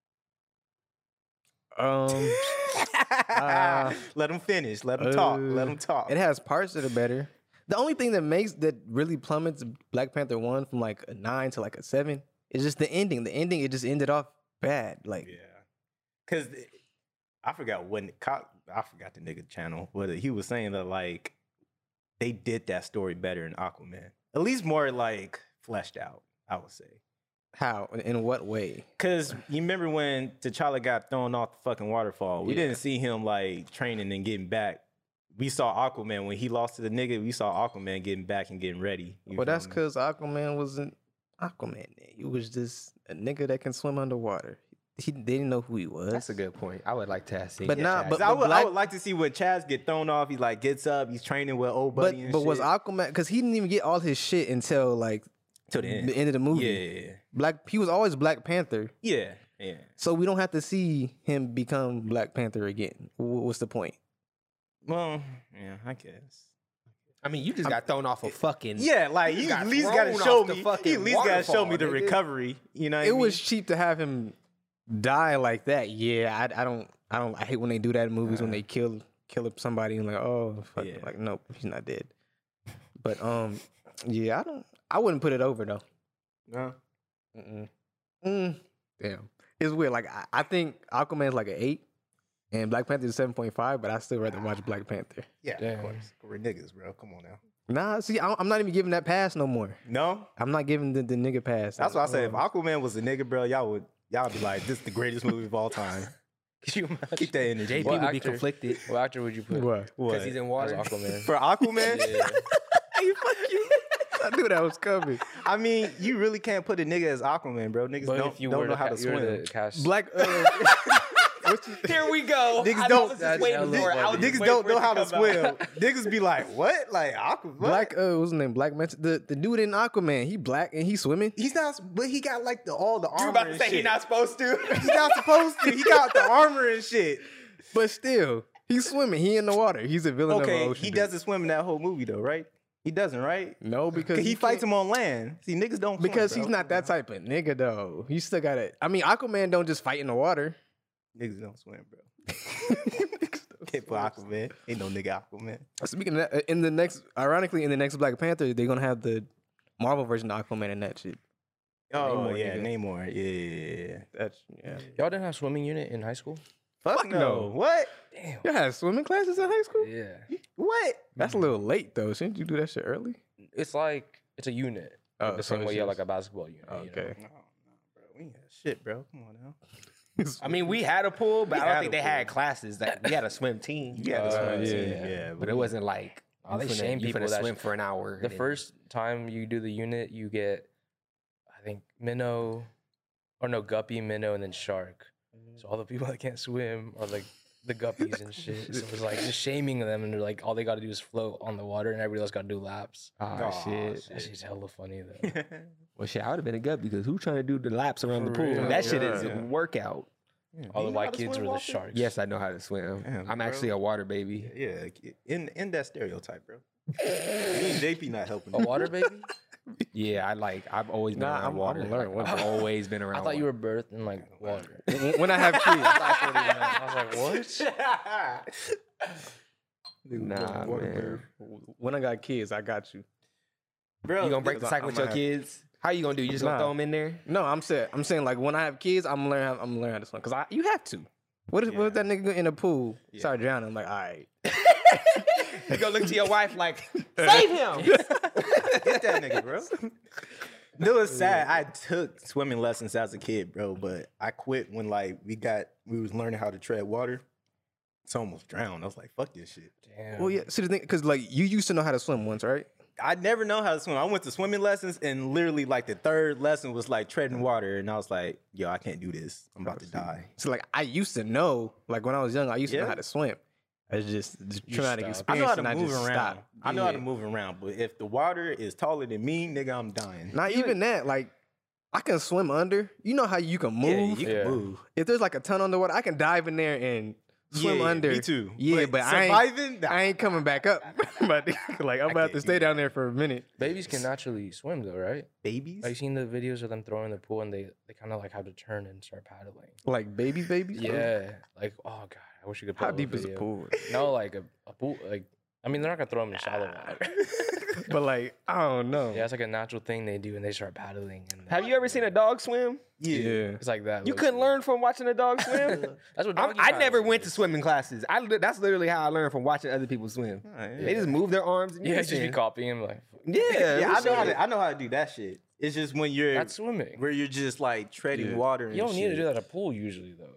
Speaker 1: Um, uh,
Speaker 2: let him finish. Let him talk. Let
Speaker 1: uh,
Speaker 2: him talk.
Speaker 1: it has parts that are better. The only thing that makes that really plummets Black Panther one from like a nine to like a seven is just the ending. The ending it just ended off bad. Like
Speaker 2: Yeah, cause th- I forgot when co- I forgot the nigga channel, but he was saying that like they did that story better in Aquaman, at least more like fleshed out. I would say,
Speaker 1: how in what way?
Speaker 2: cause you remember when T'Challa got thrown off the fucking waterfall? We
Speaker 1: Yeah.
Speaker 2: didn't see him like training and getting back. We saw Aquaman when he lost to the nigga. We saw Aquaman getting back and getting ready. you
Speaker 1: well,
Speaker 2: feel
Speaker 1: that's
Speaker 2: me?
Speaker 1: because Aquaman wasn't Aquaman. Then. He was just a nigga that can swim underwater. He they didn't know who he was.
Speaker 4: That's a good point. I would like to have seen
Speaker 1: But
Speaker 4: that.
Speaker 1: not- but-
Speaker 2: I would, I
Speaker 1: Black-
Speaker 2: would like to see when Chaz get thrown off. He like gets up. He's training with old
Speaker 1: But
Speaker 2: buddy. and
Speaker 1: but was
Speaker 2: shit.
Speaker 1: Aquaman because he didn't even get all his shit until like
Speaker 2: Till the end.
Speaker 1: of the movie.
Speaker 2: Yeah,
Speaker 1: Black he was always Black Panther,
Speaker 2: yeah, yeah.
Speaker 1: so we don't have to see him become Black Panther again. Wh- What's the point?
Speaker 2: Well, yeah, I guess.
Speaker 4: I mean, you just got thrown off a fucking.
Speaker 2: Yeah, like you,
Speaker 4: got
Speaker 2: at least
Speaker 4: thrown
Speaker 2: gotta
Speaker 4: off
Speaker 2: show
Speaker 4: the
Speaker 2: me.
Speaker 4: fucking
Speaker 2: You at least gotta show me the
Speaker 4: waterfall, nigga.
Speaker 2: recovery. You know, what I
Speaker 1: it was
Speaker 2: mean?
Speaker 1: cheap to have him die like that. Yeah, I, I don't I don't I hate when they do that in movies when they kill kill up somebody and like oh fuck,
Speaker 2: Uh. Yeah.
Speaker 1: like nope he's not dead. But um yeah I don't I wouldn't put it over though.
Speaker 2: No.
Speaker 1: Mm-mm. Mm. Damn, it's weird. Like I, I think Aquaman's like an eight, and Black Panther is seven point five. But I still rather watch Black Panther.
Speaker 2: Yeah,
Speaker 3: Damn. course.
Speaker 2: We're niggas, bro. Come on now.
Speaker 1: Nah, see, I, I'm not even giving that pass no more.
Speaker 2: No,
Speaker 1: I'm not giving the, the nigga pass.
Speaker 2: that's why I say if
Speaker 1: Um,
Speaker 2: Aquaman was a nigga, bro, y'all would y'all be like, this is the greatest movie of all time.
Speaker 3: Can you imagine?
Speaker 2: Keep that energy.
Speaker 4: JP
Speaker 3: What
Speaker 4: would be
Speaker 3: actor?
Speaker 4: conflicted
Speaker 3: What actor would you put
Speaker 1: what?
Speaker 2: What?
Speaker 4: because he's in
Speaker 3: as
Speaker 4: water.
Speaker 3: Aquaman?
Speaker 2: For Aquaman,
Speaker 3: Yeah.
Speaker 2: you fuck you.
Speaker 1: I knew that was coming.
Speaker 2: I mean, you really can't put a nigga as Aquaman, bro. Niggas
Speaker 3: But
Speaker 2: don't,
Speaker 3: if you
Speaker 2: don't
Speaker 3: were
Speaker 2: know
Speaker 3: to
Speaker 2: how
Speaker 3: ca-
Speaker 2: to
Speaker 3: you were
Speaker 2: swim.
Speaker 3: to cast
Speaker 1: Black. Uh,
Speaker 6: Here we go.
Speaker 2: Niggas
Speaker 6: I
Speaker 2: don't-
Speaker 6: was just
Speaker 3: That's
Speaker 6: waiting
Speaker 3: hella
Speaker 6: for it. I was
Speaker 3: funny.
Speaker 6: just
Speaker 2: Niggas
Speaker 6: waiting
Speaker 2: don't
Speaker 6: for it
Speaker 2: know how to
Speaker 6: come out.
Speaker 2: swim. Niggas be like, what? Like aqua what?
Speaker 1: Black, uh, what's his name? Black Manta. The the dude in Aquaman. He black and he swimming.
Speaker 2: He's not, but he got like the all the armor.
Speaker 6: You about to
Speaker 2: and
Speaker 6: say
Speaker 2: shit.
Speaker 6: he's not supposed
Speaker 2: He's
Speaker 6: to?
Speaker 2: not supposed to. He got the armor and shit.
Speaker 1: But still, he's swimming. He in the water. He's a villain of
Speaker 2: Okay,
Speaker 1: an ocean.
Speaker 2: he
Speaker 1: dude.
Speaker 2: doesn't swim in that whole movie though, right? He doesn't, right?
Speaker 1: No, because
Speaker 2: 'Cause he fights
Speaker 1: can't-
Speaker 2: him on land. See, niggas don't swim,
Speaker 1: Because he's
Speaker 2: bro.
Speaker 1: not that type of nigga though. He still got it. I mean, Aquaman don't just fight in the water.
Speaker 2: Niggas don't swim, bro. Can't put Aquaman. Ain't no nigga Aquaman.
Speaker 1: Speaking of that, in the next, ironically, in the next Black Panther, they're gonna have the Marvel version of Aquaman and that shit.
Speaker 2: Oh
Speaker 1: Namor,
Speaker 2: yeah,
Speaker 1: nigga.
Speaker 2: Namor. Yeah, yeah, yeah.
Speaker 1: That's yeah.
Speaker 3: Y'all didn't have swimming unit in high school?
Speaker 2: Fuck, no.
Speaker 1: no.
Speaker 2: What?
Speaker 3: Damn.
Speaker 1: You had swimming classes in high school.
Speaker 3: Yeah.
Speaker 2: What?
Speaker 1: That's a little late though. Shouldn't you do that shit early?
Speaker 3: It's like it's a unit. like
Speaker 1: Oh,
Speaker 3: the
Speaker 1: so
Speaker 3: same way
Speaker 1: it's
Speaker 3: you have like
Speaker 1: just-
Speaker 3: a basketball unit.
Speaker 2: Oh,
Speaker 3: you know?
Speaker 1: Okay.
Speaker 2: No, no, bro. We ain't had shit, bro. Come on now.
Speaker 6: I mean, we had a pool, but
Speaker 2: We
Speaker 6: I
Speaker 2: had
Speaker 6: don't think
Speaker 2: a
Speaker 6: they had
Speaker 2: pool.
Speaker 6: classes. That we had a swim team.
Speaker 2: You had to
Speaker 3: Uh,
Speaker 2: swim. too.
Speaker 3: yeah.
Speaker 2: yeah.
Speaker 6: but it wasn't like
Speaker 3: Oh,
Speaker 6: you
Speaker 3: they
Speaker 6: finna-
Speaker 3: shame
Speaker 6: you
Speaker 3: people
Speaker 6: finna
Speaker 3: that
Speaker 6: swim
Speaker 3: sh-
Speaker 6: for an hour. and
Speaker 3: The
Speaker 6: then-
Speaker 3: first time you do the unit, you get, I think, minnow, or no, guppy, minnow, and then shark. So all the people that can't swim are like the guppies and shit. So it's like just shaming them, and they're like, all they got to do is float on the water, and everybody else got to do laps.
Speaker 6: Aw,
Speaker 2: Aw,
Speaker 6: shit.
Speaker 3: That shit's hella funny though.
Speaker 6: Well, shit, I would have been a gut because who trying to do the laps around
Speaker 1: For
Speaker 6: the pool?
Speaker 1: real.
Speaker 6: that shit
Speaker 1: Yeah.
Speaker 6: is a
Speaker 1: Yeah.
Speaker 6: workout.
Speaker 3: all
Speaker 2: You
Speaker 3: the
Speaker 2: know how
Speaker 3: white
Speaker 2: to
Speaker 3: kids
Speaker 2: swim,
Speaker 3: were the
Speaker 2: Walter?
Speaker 3: sharks.
Speaker 6: Yes, I know how to swim.
Speaker 2: Damn,
Speaker 6: I'm
Speaker 2: bro.
Speaker 6: actually a water baby.
Speaker 2: Yeah, in in that stereotype, bro. Me and JP not helping.
Speaker 6: Oh,
Speaker 3: a water baby.
Speaker 6: Yeah, I like. I've always been
Speaker 1: Nah,
Speaker 6: around
Speaker 1: I'm- I'm
Speaker 6: water.
Speaker 1: learning
Speaker 6: Like, I've
Speaker 3: water.
Speaker 6: always been
Speaker 3: I
Speaker 6: around.
Speaker 3: thought you were birthed in like water.
Speaker 1: When- when I have kids,
Speaker 3: I was like, what?
Speaker 6: Nah, man.
Speaker 1: when I got kids, I got you.
Speaker 2: Bro,
Speaker 6: You gonna break the
Speaker 1: because I-
Speaker 6: cycle with
Speaker 1: I'ma
Speaker 6: your
Speaker 1: have-
Speaker 6: kids? How you gonna do? You just gonna
Speaker 1: Nah.
Speaker 6: throw them in there?
Speaker 1: No, I'm saying I'm saying like when I have kids, I'm learning. I'm gonna learn how to swim because I you have to. What if, what if
Speaker 2: Yeah.
Speaker 1: that nigga in a pool
Speaker 2: Yeah.
Speaker 1: start drowning? I'm like, all right,
Speaker 6: you gonna look to your wife like, save him.
Speaker 2: Get that nigga, bro. No, it's sad. I took swimming lessons as a kid, bro, but I quit when like we got we was learning how to tread water. It's almost drowned. I was like, fuck this shit.
Speaker 3: Damn.
Speaker 1: Well, yeah. See the thing, because like you used to know how to swim once, right?
Speaker 2: I never know how to swim. I went to swimming lessons and literally like the third lesson was like treading water, and I was like, yo, I can't do this. I'm about to die.
Speaker 1: So like I used to know, like when I was young, I used to
Speaker 2: Yeah.
Speaker 1: know how to swim. It's just the traumatic
Speaker 3: stopped.
Speaker 1: experience.
Speaker 2: I know how to
Speaker 1: and
Speaker 2: move
Speaker 1: I just
Speaker 2: around.
Speaker 1: stopped.
Speaker 2: I know how to
Speaker 1: Yeah.
Speaker 2: move around, but if the water is taller than me, nigga, I'm dying.
Speaker 1: Not even that. Like I can swim under. You know how you can move.
Speaker 2: Yeah, you can
Speaker 3: Yeah.
Speaker 2: move.
Speaker 1: if there's like a ton underwater, I can dive in there and swim
Speaker 2: Yeah,
Speaker 1: under.
Speaker 2: Me too.
Speaker 1: Yeah, but, I ain't,
Speaker 2: surviving, nah.
Speaker 1: I ain't coming back up. but like I'm about
Speaker 2: can't
Speaker 1: to
Speaker 2: do
Speaker 1: stay down there for a minute.
Speaker 3: Babies can naturally swim though, right?
Speaker 2: babies.
Speaker 3: Have you seen the videos of them throwing the pool and they, they kind of like have to turn and start paddling?
Speaker 1: Like baby, babies. bro?
Speaker 3: Yeah. Like, oh God, I wish you could pull
Speaker 1: How
Speaker 3: up
Speaker 1: deep is the
Speaker 3: video.
Speaker 1: pool?
Speaker 3: No, like a, a pool. Like, I mean, they're not going to throw them in shallow water.
Speaker 1: but like I don't know.
Speaker 3: Yeah, it's like a natural thing they do and they start paddling. And
Speaker 6: Have you ever seen a dog swim?
Speaker 1: yeah.
Speaker 3: It's like that.
Speaker 6: You
Speaker 3: low
Speaker 6: couldn't
Speaker 3: key.
Speaker 6: learn from watching a dog swim.
Speaker 3: That's what
Speaker 6: I'm,
Speaker 3: doggy
Speaker 6: I never
Speaker 3: paddling
Speaker 6: went to
Speaker 3: is.
Speaker 6: swimming classes. I li- that's literally how I learned from watching other people swim. They just move their arms. And
Speaker 3: Yeah, just be copying. Like,
Speaker 6: Yeah,
Speaker 2: yeah, I
Speaker 6: that's
Speaker 2: know how
Speaker 6: it.
Speaker 2: to. I know how to do that shit. It's just when you're
Speaker 3: that's swimming.
Speaker 2: where you're just like treading
Speaker 1: Yeah.
Speaker 2: water. And
Speaker 3: You don't need
Speaker 2: shit.
Speaker 3: to do that at a pool usually though.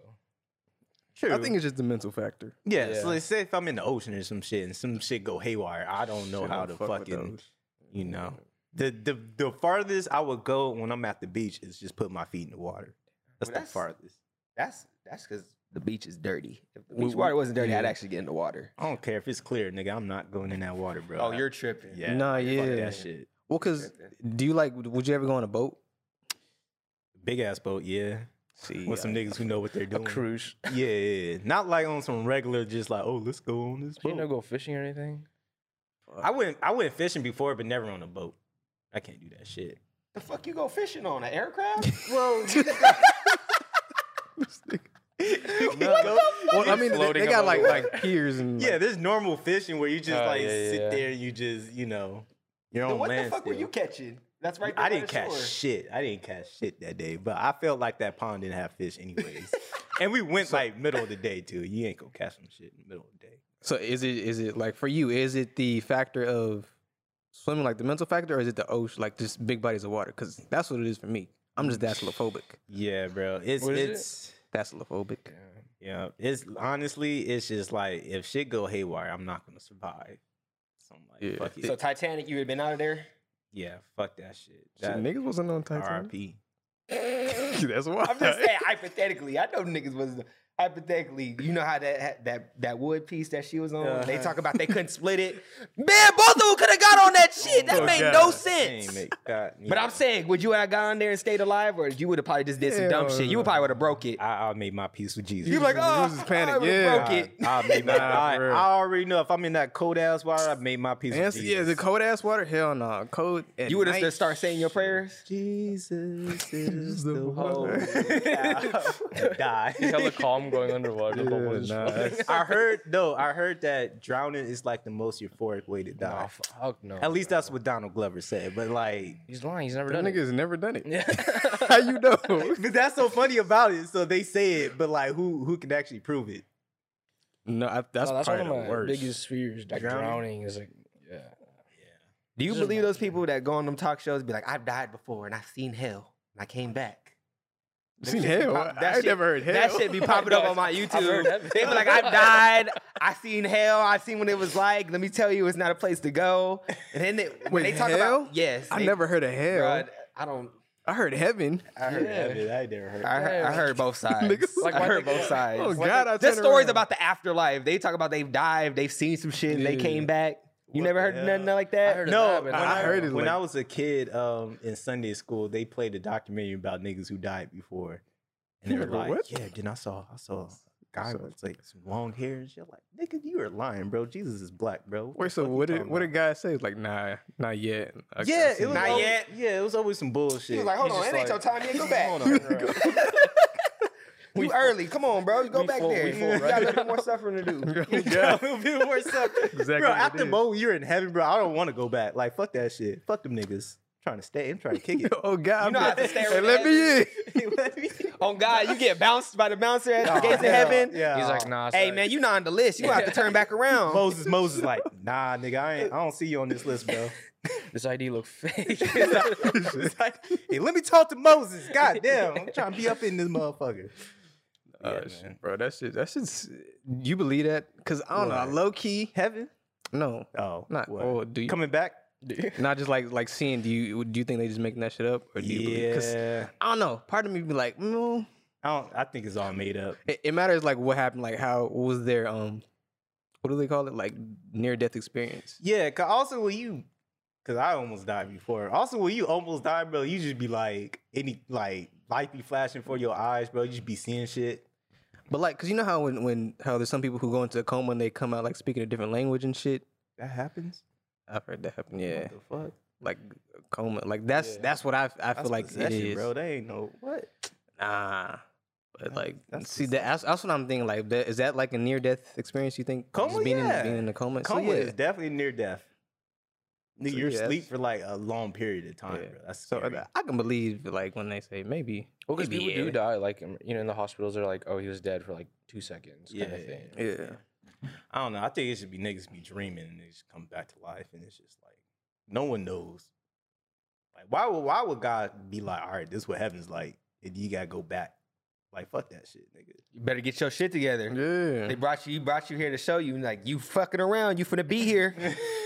Speaker 2: True.
Speaker 1: I think it's just the mental factor.
Speaker 2: yeah, So
Speaker 3: yeah.
Speaker 2: let's say if I'm in the ocean or some shit and some shit go haywire, I don't know
Speaker 1: Shit,
Speaker 2: how
Speaker 1: don't
Speaker 2: to
Speaker 1: fuck with
Speaker 2: fucking
Speaker 1: those.
Speaker 2: you know. The the the farthest I would go when I'm at the beach is just put my feet in the water. That's,
Speaker 6: Well, that's-
Speaker 2: the farthest.
Speaker 6: That's that's because the beach is dirty. If the
Speaker 1: We-
Speaker 6: beach water
Speaker 1: we-
Speaker 6: wasn't dirty, I'd
Speaker 1: yeah.
Speaker 6: actually get in the water.
Speaker 2: I don't care if it's clear, nigga. I'm not going in that water, bro.
Speaker 6: Oh,
Speaker 2: I-
Speaker 6: tripping.
Speaker 2: yeah.
Speaker 1: Nah,
Speaker 2: fuck
Speaker 1: yeah.
Speaker 2: that shit.
Speaker 1: Well, cause do you like? Would you ever go on a boat?
Speaker 2: Big ass boat, yeah.
Speaker 1: See,
Speaker 2: With some niggas who know what they're doing.
Speaker 3: Cruise.
Speaker 2: Yeah, yeah, yeah. Not like on some regular, just like, oh, let's go on this
Speaker 3: You know,
Speaker 2: boat.
Speaker 3: go fishing or anything.
Speaker 2: I went I went fishing before, but never on a boat. I can't do that shit.
Speaker 6: The fuck you go fishing on an aircraft?
Speaker 2: Bro,
Speaker 1: Well, I mean, they,
Speaker 3: floating
Speaker 1: they got
Speaker 3: above
Speaker 1: like
Speaker 3: the
Speaker 1: like piers and
Speaker 2: yeah,
Speaker 1: like,
Speaker 2: there's normal fishing where you just
Speaker 3: Oh,
Speaker 2: like
Speaker 3: yeah, yeah,
Speaker 2: sit
Speaker 3: yeah.
Speaker 2: there and you just, you know, you're
Speaker 6: Then
Speaker 2: on
Speaker 6: what
Speaker 2: land.
Speaker 6: the fuck were
Speaker 2: still.
Speaker 6: you catching? That's right. There
Speaker 2: I
Speaker 6: by
Speaker 2: didn't
Speaker 6: the
Speaker 2: catch
Speaker 6: shore.
Speaker 2: shit. I didn't catch shit that day, but I felt like that pond didn't have fish anyways. and we went like middle of the day too. You ain't gonna catch some shit in the middle of the day.
Speaker 1: So is it is it like for you? Is it the factor of swimming, like the mental factor, or is it the ocean, like just big bodies of water? Because that's what it is for me. I'm just dasilophobic.
Speaker 2: Yeah, bro. It's
Speaker 3: What is it?
Speaker 2: it's
Speaker 1: Dasilophobic.
Speaker 2: Yeah, it's honestly, it's just like if shit go haywire, I'm not gonna survive. So I'm like,
Speaker 1: Yeah.
Speaker 2: fuck it.
Speaker 6: So Titanic, you had been out of there.
Speaker 2: yeah, fuck that shit.
Speaker 1: Shit,
Speaker 2: That
Speaker 1: niggas wasn't on Titanic.
Speaker 2: R.I.P.
Speaker 1: that's why.
Speaker 6: I'm just saying hypothetically. I know niggas was hypothetically, you know how that that that wood piece that she was on. They
Speaker 2: Uh-huh.
Speaker 6: talk about they couldn't split it. Man, both of them could have got on that shit.
Speaker 2: Oh,
Speaker 6: That made no sense. But I'm saying, would you have gone there and stayed alive, or you would have probably just did some dumb shit? You would probably would have broke it.
Speaker 2: I, I made my peace with Jesus.
Speaker 6: You'd be like, oh,
Speaker 8: just
Speaker 6: I
Speaker 8: panic,
Speaker 6: would've
Speaker 8: yeah.
Speaker 6: broke it.
Speaker 2: I, made my, I,
Speaker 8: for real.
Speaker 2: I already know if I'm in that cold ass water, I made my peace
Speaker 1: And
Speaker 2: with
Speaker 1: it's- yeah,
Speaker 2: Jesus.
Speaker 1: the cold ass water. Hell no, cold. At
Speaker 6: You would have
Speaker 1: night,
Speaker 6: just start saying your prayers.
Speaker 2: Jesus is the
Speaker 8: one.
Speaker 2: die.
Speaker 3: Hella calm going underwater. but what is-
Speaker 2: I heard no, I heard that drowning is like the most euphoric way to die.
Speaker 3: Nah, fuck no.
Speaker 2: At least that's what Donald Glover said. But like,
Speaker 3: he's lying. He's never
Speaker 1: That
Speaker 3: done it.
Speaker 1: nigga's never done it.
Speaker 3: Yeah.
Speaker 1: How you know?
Speaker 2: but that's so funny about it. So they say it, but like, who who can actually prove it?
Speaker 1: no, I, that's,
Speaker 3: No, that's one
Speaker 1: probably
Speaker 3: of my
Speaker 1: the worst.
Speaker 3: biggest fears. Like
Speaker 2: Drowning?
Speaker 3: drowning, is like, yeah.
Speaker 6: Do you
Speaker 3: Just-
Speaker 6: believe those people that go on them talk shows be like, I've died before and I've seen hell and I came back?
Speaker 1: Seen hell.
Speaker 6: pop-
Speaker 1: I ain't
Speaker 6: shit-
Speaker 1: never heard hell.
Speaker 6: That shit be popping up on my
Speaker 3: heard
Speaker 6: YouTube.
Speaker 3: that
Speaker 6: They be like, I've died. I seen hell. I seen what it was like. Let me tell you, it's not a place to go. And then they, when
Speaker 1: Wait,
Speaker 6: they talk
Speaker 1: hell?
Speaker 6: about yes,
Speaker 1: I
Speaker 6: they-
Speaker 1: never heard of hell.
Speaker 6: bruh, I don't.
Speaker 1: I heard heaven.
Speaker 6: I heard.
Speaker 3: Yeah.
Speaker 2: Heaven, I never heard.
Speaker 6: I heard, I heard both sides.
Speaker 1: Niggas-
Speaker 6: like,
Speaker 3: Like,
Speaker 6: I
Speaker 3: why
Speaker 6: heard
Speaker 3: they-
Speaker 6: both sides.
Speaker 1: Oh God, I
Speaker 6: There's
Speaker 1: turn
Speaker 6: stories
Speaker 1: around.
Speaker 6: about the afterlife. They talk about they've dived, they've seen some shit, and they came back. You
Speaker 2: What
Speaker 6: never
Speaker 2: the
Speaker 6: heard
Speaker 2: hell?
Speaker 6: nothing like that?
Speaker 3: I heard of
Speaker 2: No,
Speaker 3: that, but
Speaker 2: when
Speaker 1: I
Speaker 2: I,
Speaker 1: heard it
Speaker 2: when
Speaker 1: like-
Speaker 2: I was a kid um, in Sunday school, they played a documentary about niggas who died before, and they were
Speaker 1: Nigga,
Speaker 2: like,
Speaker 1: what?
Speaker 2: "Yeah, then I saw I saw a guy
Speaker 1: So-
Speaker 2: with like some long hair and shit." Like, nigga, you are lying, bro. Jesus is black, bro. What the
Speaker 1: Wait, so
Speaker 2: fuck you
Speaker 1: what did
Speaker 2: talking
Speaker 1: what did
Speaker 2: about?"
Speaker 1: guy say? Like, nah, not yet. I- I
Speaker 2: Yeah, it
Speaker 1: seen
Speaker 2: was
Speaker 1: that.
Speaker 6: Not
Speaker 2: always,
Speaker 6: yet.
Speaker 2: Yeah, it was always some bullshit.
Speaker 6: He was like, hold on, it ain't your time yet. Go back. You early. Come on, bro. You go
Speaker 3: we
Speaker 6: back
Speaker 3: full-
Speaker 6: there.
Speaker 3: we full,
Speaker 6: you got a
Speaker 3: right?
Speaker 6: little bit more suffering to do.
Speaker 1: Oh,
Speaker 2: Yeah, it would be worse up.
Speaker 1: Exactly
Speaker 2: Bro,
Speaker 1: what it
Speaker 2: after
Speaker 1: is.
Speaker 2: Bo, you're in heaven, bro. I don't want to go back. Like, fuck that shit. Fuck them niggas. trying to stay. I'm trying to kick it.
Speaker 1: Oh God,
Speaker 6: You know
Speaker 1: I'm
Speaker 6: I have to
Speaker 1: like,
Speaker 6: stay
Speaker 1: hey,
Speaker 6: with
Speaker 1: let me in.
Speaker 6: On God, you get bounced by the bouncer at
Speaker 1: Oh,
Speaker 6: the gates of
Speaker 2: yeah,
Speaker 6: heaven.
Speaker 2: yeah.
Speaker 3: he's like, nah.
Speaker 6: Hey
Speaker 3: sorry.
Speaker 6: man, you not on the list. You gonna have to turn back around.
Speaker 2: Moses, Moses, like, nah, nigga, I ain't. I don't see you on this list, bro.
Speaker 3: this ID look fake.
Speaker 2: It's like, hey, let me talk to Moses. God damn, I'm trying to be up in this motherfucker.
Speaker 1: Oh,
Speaker 2: Yeah,
Speaker 1: shit,
Speaker 2: man.
Speaker 1: bro, that shit, that shit's. You believe that? Cause I don't know, I
Speaker 2: Right.
Speaker 1: low key.
Speaker 2: Heaven?
Speaker 1: No,
Speaker 2: Oh,
Speaker 1: not.
Speaker 2: what?
Speaker 1: Oh, do you?
Speaker 2: coming back?
Speaker 1: Not just like like seeing. Do you do you think they just making that shit up, or do you believe? Cause I don't know. Part of me be like, no.
Speaker 2: I don't. I think it's all made up.
Speaker 1: It, it matters like what happened, like how what was their um, what do they call it? Like near death experience.
Speaker 2: Yeah, cause also when you, cause I almost died before. Also when you almost die, bro, you just be like any like light be flashing for your eyes, bro. You just be seeing shit.
Speaker 1: But like, cause you know how when when how there's some people who go into a coma and they come out like speaking a different language and shit.
Speaker 2: That happens.
Speaker 1: I've heard that happen. Yeah,
Speaker 2: What the fuck?
Speaker 1: like coma. Like that's
Speaker 3: Yeah.
Speaker 1: that's what I I
Speaker 2: That's
Speaker 1: feel like it
Speaker 2: possession,
Speaker 1: is.
Speaker 2: bro. They ain't no what.
Speaker 1: Nah. But
Speaker 2: That-
Speaker 1: like,
Speaker 2: that's
Speaker 1: see,
Speaker 2: just-
Speaker 1: that, that's, that's what I'm thinking. Like, that, is that like a near death experience? You think
Speaker 2: Coma,
Speaker 1: Just being
Speaker 2: yeah.
Speaker 1: in being in a coma,
Speaker 2: Coma
Speaker 1: so, yeah.
Speaker 2: is definitely near death. Nigga,
Speaker 1: So,
Speaker 2: you're
Speaker 1: yeah,
Speaker 2: asleep
Speaker 1: that's-
Speaker 2: for like a long period of time,
Speaker 1: Yeah.
Speaker 2: bro. That's
Speaker 1: So
Speaker 2: scary.
Speaker 1: I, I can believe like when they say maybe.
Speaker 3: Well, because
Speaker 1: maybe,
Speaker 3: people
Speaker 1: yeah.
Speaker 3: do die, like in- you know, in the hospitals, they're like, "Oh, he was dead for like two seconds," kind
Speaker 2: Yeah,
Speaker 3: of thing.
Speaker 1: Yeah.
Speaker 2: I don't know. I think it should be niggas be dreaming and they just come back to life, and it's just like no one knows. Like why would why would God be like, all right, this is what heaven's like, and you gotta go back? Like fuck that shit, nigga.
Speaker 6: You better get your shit together. They
Speaker 1: Yeah.
Speaker 6: brought you, you brought you here to show you, like you fucking around, you finna be here.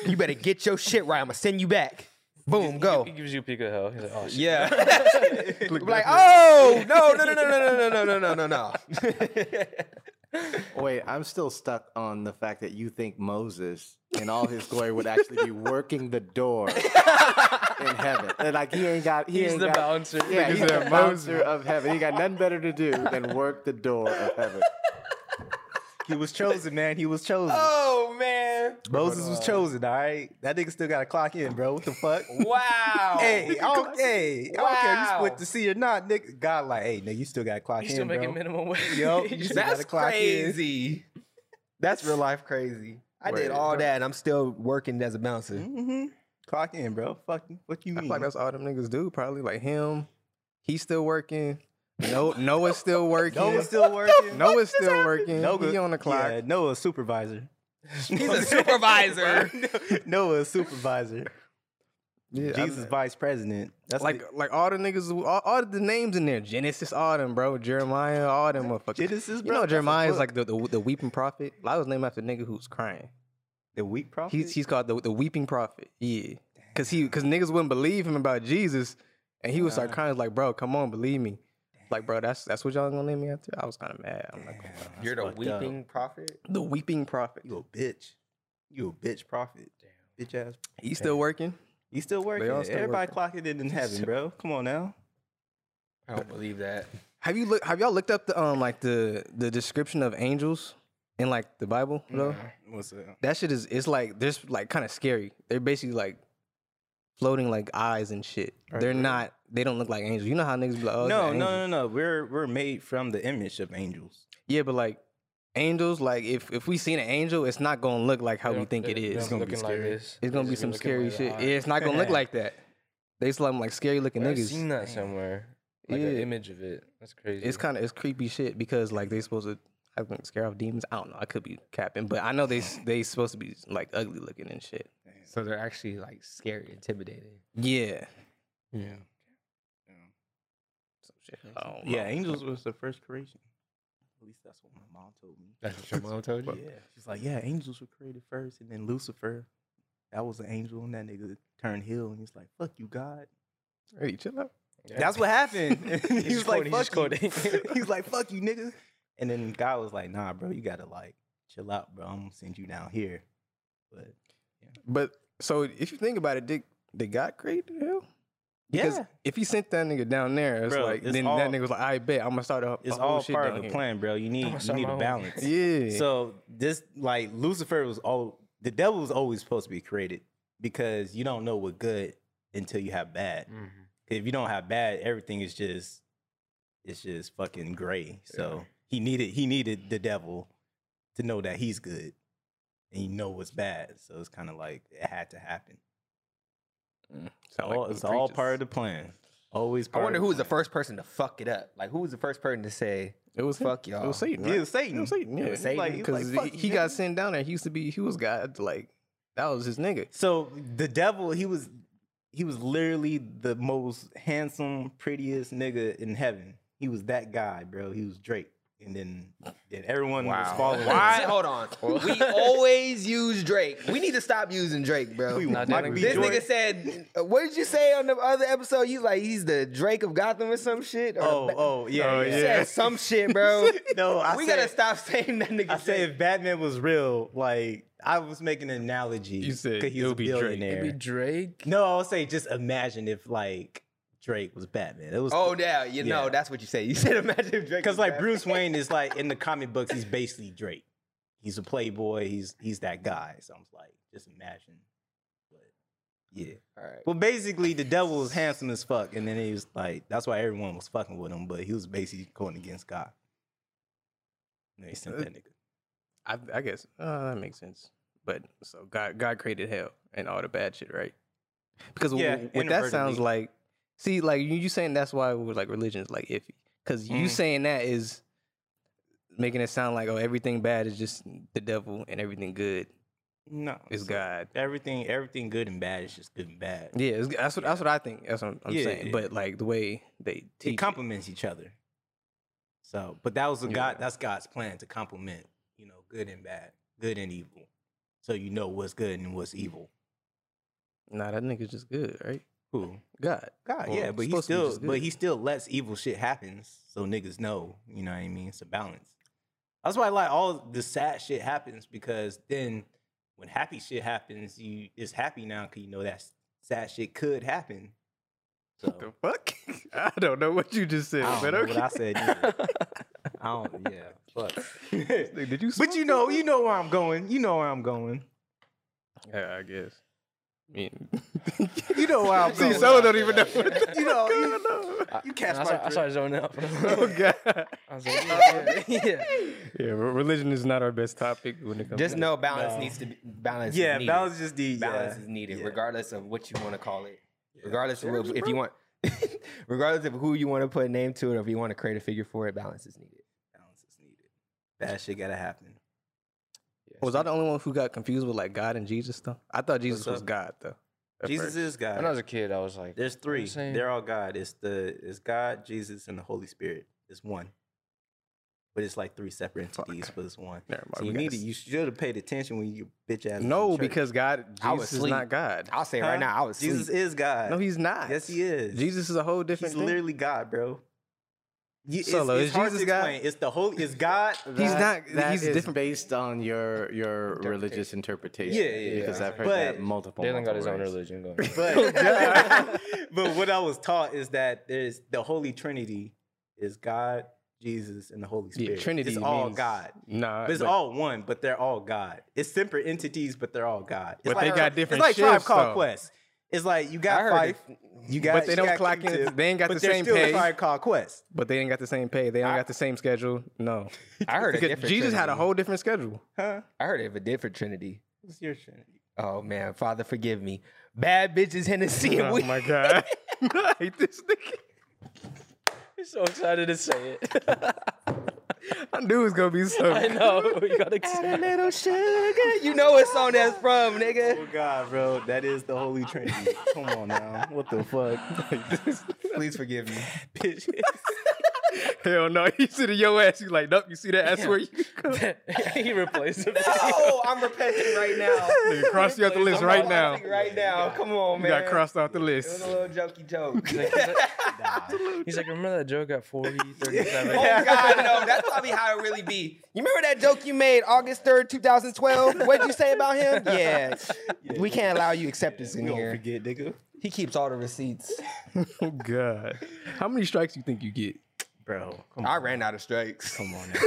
Speaker 6: you better get your shit right. I'm gonna send you back. Boom, go.
Speaker 3: He gives you a peek of hell. He's like, "Oh shit."
Speaker 6: Yeah. Be like, oh no, no, no, no, no, no, no, no, no, no, no.
Speaker 8: Oh, Wait, I'm still stuck on the fact that you think Moses in all his glory would actually be working the door in heaven. And like he ain't got he
Speaker 3: He's
Speaker 8: ain't
Speaker 3: the
Speaker 8: got,
Speaker 3: bouncer.
Speaker 8: Yeah, he's
Speaker 1: He's
Speaker 8: the
Speaker 1: that
Speaker 8: bouncer of heaven. He got nothing better to do than work the door of heaven.
Speaker 2: he was chosen, man. He was chosen.
Speaker 6: Oh man.
Speaker 2: Moses was chosen. All right, that nigga still got to clock in, bro. What the fuck?
Speaker 6: Wow.
Speaker 2: Hey, I don't, hey, I don't care if you
Speaker 6: Wow.
Speaker 2: split the sea or not, nigga. God, like, hey, nigga, you still got to clock
Speaker 3: He's
Speaker 2: in,
Speaker 3: still making
Speaker 2: bro.
Speaker 3: minimum wage.
Speaker 2: Yo, you still gotta
Speaker 6: That's
Speaker 2: clock
Speaker 6: crazy. That's real life crazy. I did all that and I'm still working as a bouncer.
Speaker 2: in. Mm-hmm. Clock in, bro. Fuck, you- what you
Speaker 1: I
Speaker 2: mean?
Speaker 1: feel like that's all them niggas do. Probably like him. He's still working. No, Noah's still working.
Speaker 2: Noah's still working.
Speaker 1: Noah's still working.
Speaker 2: Noah-
Speaker 1: he on the clock.
Speaker 2: Yeah, Noah's supervisor.
Speaker 6: He's a supervisor.
Speaker 2: Noah's supervisor.
Speaker 1: Yeah, I-
Speaker 2: Jesus vice president. That's
Speaker 1: like like all the niggas, all, all the names in there. Genesis, all them, bro. Jeremiah, all them motherfuckers.
Speaker 2: Genesis,
Speaker 1: You
Speaker 2: bro.
Speaker 1: know
Speaker 2: That's a
Speaker 1: Jeremiah is
Speaker 2: book.
Speaker 1: like the, the the weeping prophet. I was named after the nigga who's crying.
Speaker 2: the weak prophet.
Speaker 1: He's he's called the the weeping prophet. Yeah, cause he cause niggas wouldn't believe him about Jesus, and he would start crying like, bro, come on, believe me. Like, bro, that's that's what y'all gonna name me after. I was kind of mad. I'm like,
Speaker 6: You're the
Speaker 2: fucked up.
Speaker 6: weeping prophet.
Speaker 1: the weeping prophet.
Speaker 2: You a bitch. You a bitch prophet. Bitch ass.
Speaker 1: He's still working.
Speaker 2: You still working.
Speaker 1: all still
Speaker 2: Everybody clocking it in heaven, bro. Come on now.
Speaker 6: I don't believe that.
Speaker 1: Have you look? Have y'all looked up the um like the the description of angels in like the Bible though?
Speaker 2: What's up?
Speaker 1: That shit is it's like they're s- like kind of scary. They're basically like floating like eyes and shit. they're not. They don't look like angels. You know how niggas be like, oh,
Speaker 2: No, no,
Speaker 1: no,
Speaker 2: no, no. We're we're made from the image of angels.
Speaker 1: yeah, but like angels, like if if we seen an angel, it's not gonna look like how
Speaker 3: They
Speaker 1: we
Speaker 3: don't-
Speaker 1: think
Speaker 3: they-
Speaker 1: it
Speaker 3: they
Speaker 1: is.
Speaker 3: don't
Speaker 1: It's
Speaker 2: gonna
Speaker 1: gonna,
Speaker 2: be
Speaker 3: be looking
Speaker 2: scary.
Speaker 3: Like this.
Speaker 1: be
Speaker 3: They just
Speaker 1: some
Speaker 3: looking
Speaker 1: scary
Speaker 3: like
Speaker 1: shit.
Speaker 3: that.
Speaker 1: Yeah, it's not gonna look like that. They some like scary looking
Speaker 3: I've
Speaker 1: niggas.
Speaker 3: seen that somewhere. Like an
Speaker 1: Yeah.
Speaker 3: image of it. That's crazy.
Speaker 1: it's kind of it's creepy shit because like they supposed to I think scare off demons. I don't know. I could be capping, but I know they s- they supposed to be like ugly looking and shit.
Speaker 6: So they're actually like scary, intimidating.
Speaker 1: Yeah.
Speaker 2: Yeah.
Speaker 1: Some shit. I don't
Speaker 2: Yeah,
Speaker 1: know.
Speaker 2: angels was the first creation. At least that's what my mom told me.
Speaker 6: That's what your mom told
Speaker 2: Yeah. She's like, yeah, angels were created first, and then Lucifer, that was an angel, and that nigga turned heel, and he's like, fuck you, God.
Speaker 1: Hey, chill out.
Speaker 2: That's what happened. he's
Speaker 3: just
Speaker 2: like,
Speaker 3: quoting- he's
Speaker 2: fuck you.
Speaker 3: just quoting.
Speaker 2: he's like, fuck you, nigga. And then God was like, nah, bro, you gotta like chill out, bro. I'm gonna send you down here. But
Speaker 1: But so if you think about it, did did God create the hell? Because
Speaker 2: yeah,
Speaker 1: if he sent that nigga down there, it's
Speaker 2: Bro,
Speaker 1: like
Speaker 2: it's
Speaker 1: then
Speaker 2: all-
Speaker 1: that nigga was like, I bet I'm gonna start a,
Speaker 2: it's
Speaker 1: a whole
Speaker 2: all
Speaker 1: shit
Speaker 2: part
Speaker 1: down
Speaker 2: of the
Speaker 1: here."
Speaker 2: plan, bro. You need you
Speaker 3: start
Speaker 2: need
Speaker 3: my
Speaker 2: a
Speaker 3: own-
Speaker 2: balance.
Speaker 1: Yeah.
Speaker 2: So this like Lucifer was all the devil was always supposed to be created because you don't know what good until you have bad.
Speaker 3: Mhm.
Speaker 2: If you don't have bad, everything is just it's just fucking gray. So he needed he needed the devil to know that he's good and you know what's bad. So it's kind of like it had to happen.
Speaker 1: Sound like
Speaker 2: all,
Speaker 1: them
Speaker 2: it's all
Speaker 1: preachers.
Speaker 2: part of the plan. Always.
Speaker 6: I
Speaker 2: Part
Speaker 6: wonder
Speaker 2: of
Speaker 6: who was the
Speaker 2: plan.
Speaker 6: first person to fuck it up. Like who was the first person to say,
Speaker 1: It was him.
Speaker 6: Fuck
Speaker 1: It
Speaker 6: y'all.
Speaker 1: was Satan.
Speaker 2: Yeah,
Speaker 1: Right?
Speaker 2: it was Satan.
Speaker 1: It was Satan. Yeah.
Speaker 2: It was Satan. He was like,
Speaker 1: Because
Speaker 2: "Fuck
Speaker 1: he,
Speaker 2: you,
Speaker 1: he got
Speaker 2: nigga."
Speaker 1: sent down there. He used to be. He was God. Like that was his nigga.
Speaker 2: So the devil, he was he was literally the most handsome, prettiest nigga in heaven. He was that guy, bro. He was Drake. And then then everyone was following.
Speaker 6: Why?
Speaker 2: him.
Speaker 6: Hold on. We always use Drake. We need to stop using Drake, bro.
Speaker 2: We-
Speaker 3: Nah, that
Speaker 2: Michael
Speaker 3: nigga
Speaker 2: B.
Speaker 6: This
Speaker 2: Jordan-
Speaker 6: nigga said, uh, "What did you say on the other episode? You like he's the Drake of Gotham or some shit?" Or
Speaker 2: Oh,
Speaker 6: Ba-
Speaker 2: oh, yeah.
Speaker 6: you
Speaker 2: yeah.
Speaker 6: said some shit, bro.
Speaker 2: No, I
Speaker 6: we
Speaker 2: said,
Speaker 6: gotta stop saying that nigga.
Speaker 2: I said
Speaker 6: Drake.
Speaker 2: if Batman was real, like I was making an analogy.
Speaker 1: You said
Speaker 2: 'cause he's
Speaker 1: it'll
Speaker 2: a
Speaker 1: be Drake.
Speaker 2: billionaire.
Speaker 3: Maybe Drake.
Speaker 2: No, I'll say just imagine if like Drake was Batman. It was
Speaker 6: "Oh, yeah, you know
Speaker 2: Yeah.
Speaker 6: that's what you say." You said, "Imagine if Drake."
Speaker 2: Because
Speaker 6: was
Speaker 2: like
Speaker 6: back."
Speaker 2: Bruce Wayne is like in the comic books, he's basically Drake. He's a playboy. He's he's that guy. So I'm like, just imagine. But yeah.
Speaker 6: All right.
Speaker 2: Well, basically, the devil was handsome as fuck, and then he was like, that's why everyone was fucking with him. But he was basically going against God. And they sent that nigga.
Speaker 1: I, I guess uh, that makes sense. But so God, God created hell and all the bad shit, right? Because w-
Speaker 2: Yeah,
Speaker 1: w- what that sounds
Speaker 2: inadvertently.
Speaker 1: like, see, like you, you saying that's why we're like religion is like iffy. Because you
Speaker 2: Mhm.
Speaker 1: saying that is making it sound like oh everything bad is just the devil and everything good
Speaker 2: No,
Speaker 1: is
Speaker 2: so
Speaker 1: God.
Speaker 2: Everything, everything good and bad is just good and bad.
Speaker 1: Yeah, it's, that's what that's what I think. That's what I'm
Speaker 2: Yeah,
Speaker 1: saying.
Speaker 2: yeah.
Speaker 1: But like the way they
Speaker 2: It
Speaker 1: teach, it,
Speaker 2: complements each other. So, but that was a God. That's God's plan to complement, you know, good and bad, good and evil. So you know what's good and what's evil.
Speaker 1: nah, that nigga's just good, right?
Speaker 2: Who?
Speaker 1: God.
Speaker 2: God,
Speaker 1: Well,
Speaker 2: yeah,
Speaker 1: it's
Speaker 2: but he
Speaker 1: supposed to be
Speaker 2: still,
Speaker 1: just
Speaker 2: but
Speaker 1: good.
Speaker 2: he still lets evil shit happen, so niggas know. You know what I mean? It's a balance. That's why like all the sad shit happens because then when happy shit happens, you it's happy now because you know that s- sad shit could happen. So
Speaker 1: The fuck? I don't know what you just said,
Speaker 2: I don't
Speaker 1: but
Speaker 2: know
Speaker 1: okay.
Speaker 2: what I said. either. I don't. Yeah, fuck.
Speaker 1: Did you?
Speaker 2: But you know, you know where I'm going. You know where I'm going.
Speaker 1: Yeah, I guess.
Speaker 2: You know where I'm
Speaker 1: See,
Speaker 2: going.
Speaker 1: some don't even know.
Speaker 2: you know, you,
Speaker 3: I-
Speaker 2: you catch
Speaker 3: I,
Speaker 2: my
Speaker 3: saw- I
Speaker 2: drift.
Speaker 3: started zoning up.
Speaker 1: oh God.
Speaker 3: I was like, yeah, yeah, yeah.
Speaker 1: Yeah, re- religion is not our best topic when it comes.
Speaker 6: Just
Speaker 1: to
Speaker 6: know balance
Speaker 2: No.
Speaker 6: needs to be balance.
Speaker 2: Yeah,
Speaker 6: is needed.
Speaker 2: balance just the
Speaker 6: balance
Speaker 2: yeah.
Speaker 6: is needed,
Speaker 2: yeah.
Speaker 6: regardless of what you want to call it. Regardless of what, if you want, regardless of who you want to put a name to it, or if you want to create a figure for it, balance is needed.
Speaker 2: Balance is needed. That shit gotta happen.
Speaker 1: Was I the only one who got confused with like God and Jesus though? I thought Jesus
Speaker 2: What's
Speaker 1: was
Speaker 2: up?
Speaker 1: God though. at
Speaker 2: Jesus
Speaker 1: first.
Speaker 2: is God.
Speaker 3: When I was a kid, I was like,
Speaker 2: There's three.
Speaker 3: saying-
Speaker 2: They're all God. It's the it's God, Jesus, and the Holy Spirit. It's one. But it's like three separate entities, but it's one.
Speaker 1: Never mind,
Speaker 2: So
Speaker 1: we
Speaker 2: you
Speaker 1: gotta
Speaker 2: need it.
Speaker 1: s-
Speaker 2: You should have paid attention when you bitch ass.
Speaker 1: No, because God,
Speaker 6: I was
Speaker 1: Jesus is not
Speaker 6: asleep.
Speaker 1: God.
Speaker 6: I'll say it
Speaker 2: Huh?
Speaker 6: right now, I was
Speaker 2: Jesus
Speaker 6: Jesus
Speaker 2: is God.
Speaker 1: No, he's not.
Speaker 2: yes, he is.
Speaker 1: Jesus is a whole
Speaker 2: He's
Speaker 1: different. thing.
Speaker 2: literally God, bro. You, it's,
Speaker 1: Solo,
Speaker 2: it's
Speaker 1: is
Speaker 2: hard
Speaker 1: Jesus
Speaker 2: to
Speaker 1: God?
Speaker 2: explain. It's the holy. It's God.
Speaker 1: He's
Speaker 8: That-
Speaker 1: not-
Speaker 8: that
Speaker 1: he's
Speaker 8: is
Speaker 1: different-
Speaker 8: based on your your religious interpretation.
Speaker 2: Yeah, yeah,
Speaker 8: Because
Speaker 2: yeah.
Speaker 8: I've heard
Speaker 2: But
Speaker 8: that multiple.
Speaker 3: Jalen got his own
Speaker 8: multiple ways.
Speaker 3: religion going.
Speaker 2: But, but what I was taught is that there's the Holy Trinity is God, Jesus, and the Holy
Speaker 1: Yeah,
Speaker 2: Spirit.
Speaker 1: Trinity
Speaker 2: It's all
Speaker 1: means-
Speaker 2: God.
Speaker 1: Nah,
Speaker 2: But it's
Speaker 1: Uh, but-
Speaker 2: all one, but they're all God. It's separate entities, but they're all God. It's
Speaker 1: But they got different
Speaker 2: It's like Tribe
Speaker 1: shifts,
Speaker 2: Called
Speaker 1: though.
Speaker 2: Quest. It's like you got
Speaker 1: I heard it.
Speaker 2: Fife, you got.
Speaker 1: But they
Speaker 2: you
Speaker 1: don't
Speaker 2: got
Speaker 1: clock in-
Speaker 2: Q-Tip,
Speaker 1: they ain't got
Speaker 2: but
Speaker 1: the
Speaker 2: they're
Speaker 1: same
Speaker 2: still
Speaker 1: pay.
Speaker 2: Tribe Called Quest.
Speaker 1: but they ain't got the same pay. They don't got the same schedule. No,
Speaker 6: I heard a
Speaker 1: because
Speaker 6: different
Speaker 1: Jesus had a
Speaker 6: Trinity.
Speaker 1: whole different schedule.
Speaker 2: Huh?
Speaker 6: I heard of a different Trinity.
Speaker 2: What's your Trinity?
Speaker 6: Oh man, Father, forgive me. Bad bitches, Hennessy, and
Speaker 1: Oh
Speaker 6: weed.
Speaker 1: my god, I hate this nigga.
Speaker 3: He's so excited to say it.
Speaker 1: I knew it was gonna be so.
Speaker 3: I know. You got excited.
Speaker 6: Little sugar, you know what song that's from, nigga.
Speaker 2: Oh God, bro, that is the Holy Trinity. Come on now, what the fuck?
Speaker 6: Please forgive me.
Speaker 2: Bitch.
Speaker 1: Hell no, you see the yo ass. You like, nope. You see that? That's where you go.
Speaker 3: he replaced him.
Speaker 6: Oh, I'm repenting right now.
Speaker 1: Nigga, cross you out the list
Speaker 6: I'm
Speaker 1: right now.
Speaker 6: repenting Right now, come on,
Speaker 1: You
Speaker 6: man.
Speaker 1: got crossed out the
Speaker 6: It was
Speaker 1: list.
Speaker 6: a little jokey joke.
Speaker 3: He's like, remember that joke at 40, 37?
Speaker 6: Oh God, no! That's probably how it really be. You remember that joke you made August third, two thousand twelve? What'd you say about him? Yeah, we can't allow you acceptance in
Speaker 2: We don't
Speaker 6: here.
Speaker 2: forget, nigga.
Speaker 6: He keeps all the receipts.
Speaker 1: Oh god, how many strikes you think you get?
Speaker 2: Bro, come
Speaker 6: I ran out of strikes.
Speaker 2: Come on now.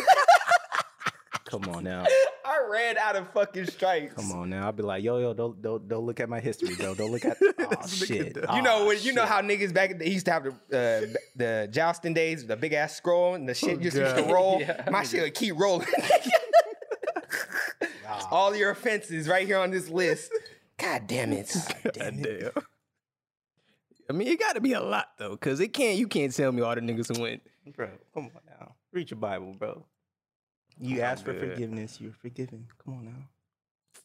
Speaker 2: Come on now.
Speaker 6: I ran out of fucking strikes.
Speaker 2: Come on now. I'll be like, yo, yo, don't don't don't look at my history, bro. Don't look at oh, shit. Oh,
Speaker 6: You know when you know how niggas back in the, he used to have the uh, b- the jousting days, the big ass scroll and the shit just used
Speaker 1: God.
Speaker 6: to roll.
Speaker 3: Yeah.
Speaker 6: My shit would keep rolling. All your offenses right here on this list. God damn it.
Speaker 1: God damn. I mean, it got to be a lot though, cause it can't. You can't tell me all the niggas who went.
Speaker 2: bro. Come on now. Read your Bible, bro. You
Speaker 1: Oh,
Speaker 2: ask for
Speaker 1: good.
Speaker 2: forgiveness, you're forgiven. Come on now.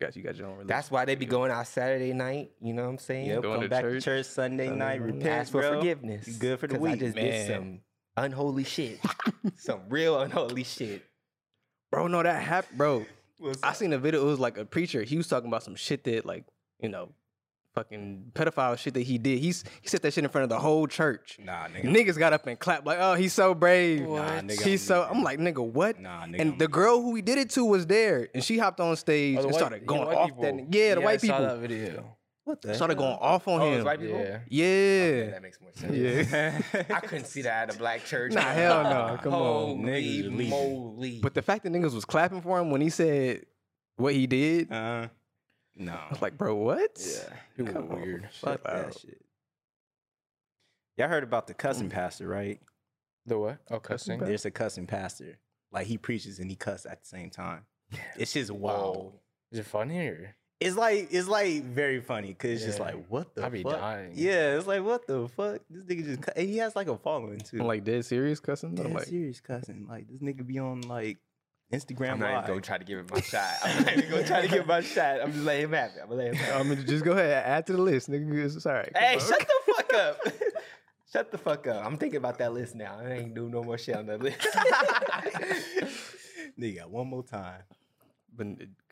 Speaker 1: Got you got your own religion.
Speaker 6: That's why they be going out Saturday night. You know what I'm saying?
Speaker 2: Yep,
Speaker 1: Going
Speaker 2: come
Speaker 1: to
Speaker 2: back to
Speaker 1: church.
Speaker 2: church Sunday
Speaker 1: Sunday
Speaker 2: night,
Speaker 1: morning.
Speaker 2: repent,
Speaker 6: Ask for
Speaker 2: bro.
Speaker 6: forgiveness.
Speaker 2: You good for the
Speaker 6: 'cause I
Speaker 2: week,
Speaker 6: just
Speaker 1: man.
Speaker 6: did some unholy shit. some real unholy shit.
Speaker 1: bro. No, that happened, bro. I seen a video. It was like a preacher. He was talking about some shit that, like, you know, fucking pedophile shit that he did. He's he said that shit in front of the whole church.
Speaker 2: Nah, nigga.
Speaker 1: Niggas got up and clapped like, "Oh, he's so brave."
Speaker 2: Nah, nigga,
Speaker 1: he's so.
Speaker 2: I'm-
Speaker 1: I'm like, nigga, what?
Speaker 2: Nah, nigga.
Speaker 1: and the girl who he did it to was there, and she hopped on stage
Speaker 3: Oh, the
Speaker 1: and
Speaker 3: white-
Speaker 1: started
Speaker 3: the
Speaker 1: going
Speaker 3: white
Speaker 1: off
Speaker 3: people.
Speaker 1: that. nigga. Yeah, the
Speaker 3: Yeah, I
Speaker 1: white
Speaker 3: saw
Speaker 1: people
Speaker 3: that video.
Speaker 2: what the
Speaker 1: started going off on him.
Speaker 3: Yeah.
Speaker 1: Yeah.
Speaker 6: That makes more sense.
Speaker 2: hell?
Speaker 6: I couldn't see that at a black church.
Speaker 1: Nah, hell no. Come
Speaker 6: Holy
Speaker 1: on.
Speaker 2: niggas leaving.
Speaker 6: moly.
Speaker 1: But the fact that niggas was clapping for him when he said what he did, I
Speaker 2: uh, no.
Speaker 1: was like, bro, what?
Speaker 2: It was
Speaker 1: Come on,
Speaker 2: weird.
Speaker 1: chill
Speaker 2: Fuck that
Speaker 1: out.
Speaker 2: shit. Y'all heard about the cussing pastor, right?
Speaker 3: The what? Oh, cussing.
Speaker 2: There's a cussing pastor. Like he preaches and he cuss at the same time. It's just wild.
Speaker 3: Is it funny or?
Speaker 2: It's like it's like very funny because it's just
Speaker 3: Yeah.
Speaker 2: like what the
Speaker 3: I'd be
Speaker 2: fuck?
Speaker 3: dying.
Speaker 2: Yeah, it's like what the fuck? This nigga just cu- and he has like a following too.
Speaker 1: I'm like dead serious cussing.
Speaker 2: Dead
Speaker 1: I'm like,
Speaker 2: serious cussing. Like this nigga be on like Instagram
Speaker 6: I'm not even
Speaker 2: live.
Speaker 6: gonna try to give it my shot. I'm not even gonna try to give it my shot. I'm just letting him have it. I'm gonna let him have
Speaker 1: I mean, just go ahead, add to the list, nigga. It's all right.
Speaker 6: it. Hey, shut the fuck up. Shut the fuck up. I'm thinking about that list now. I ain't do no more shit on that list.
Speaker 2: nigga, one more time.
Speaker 1: But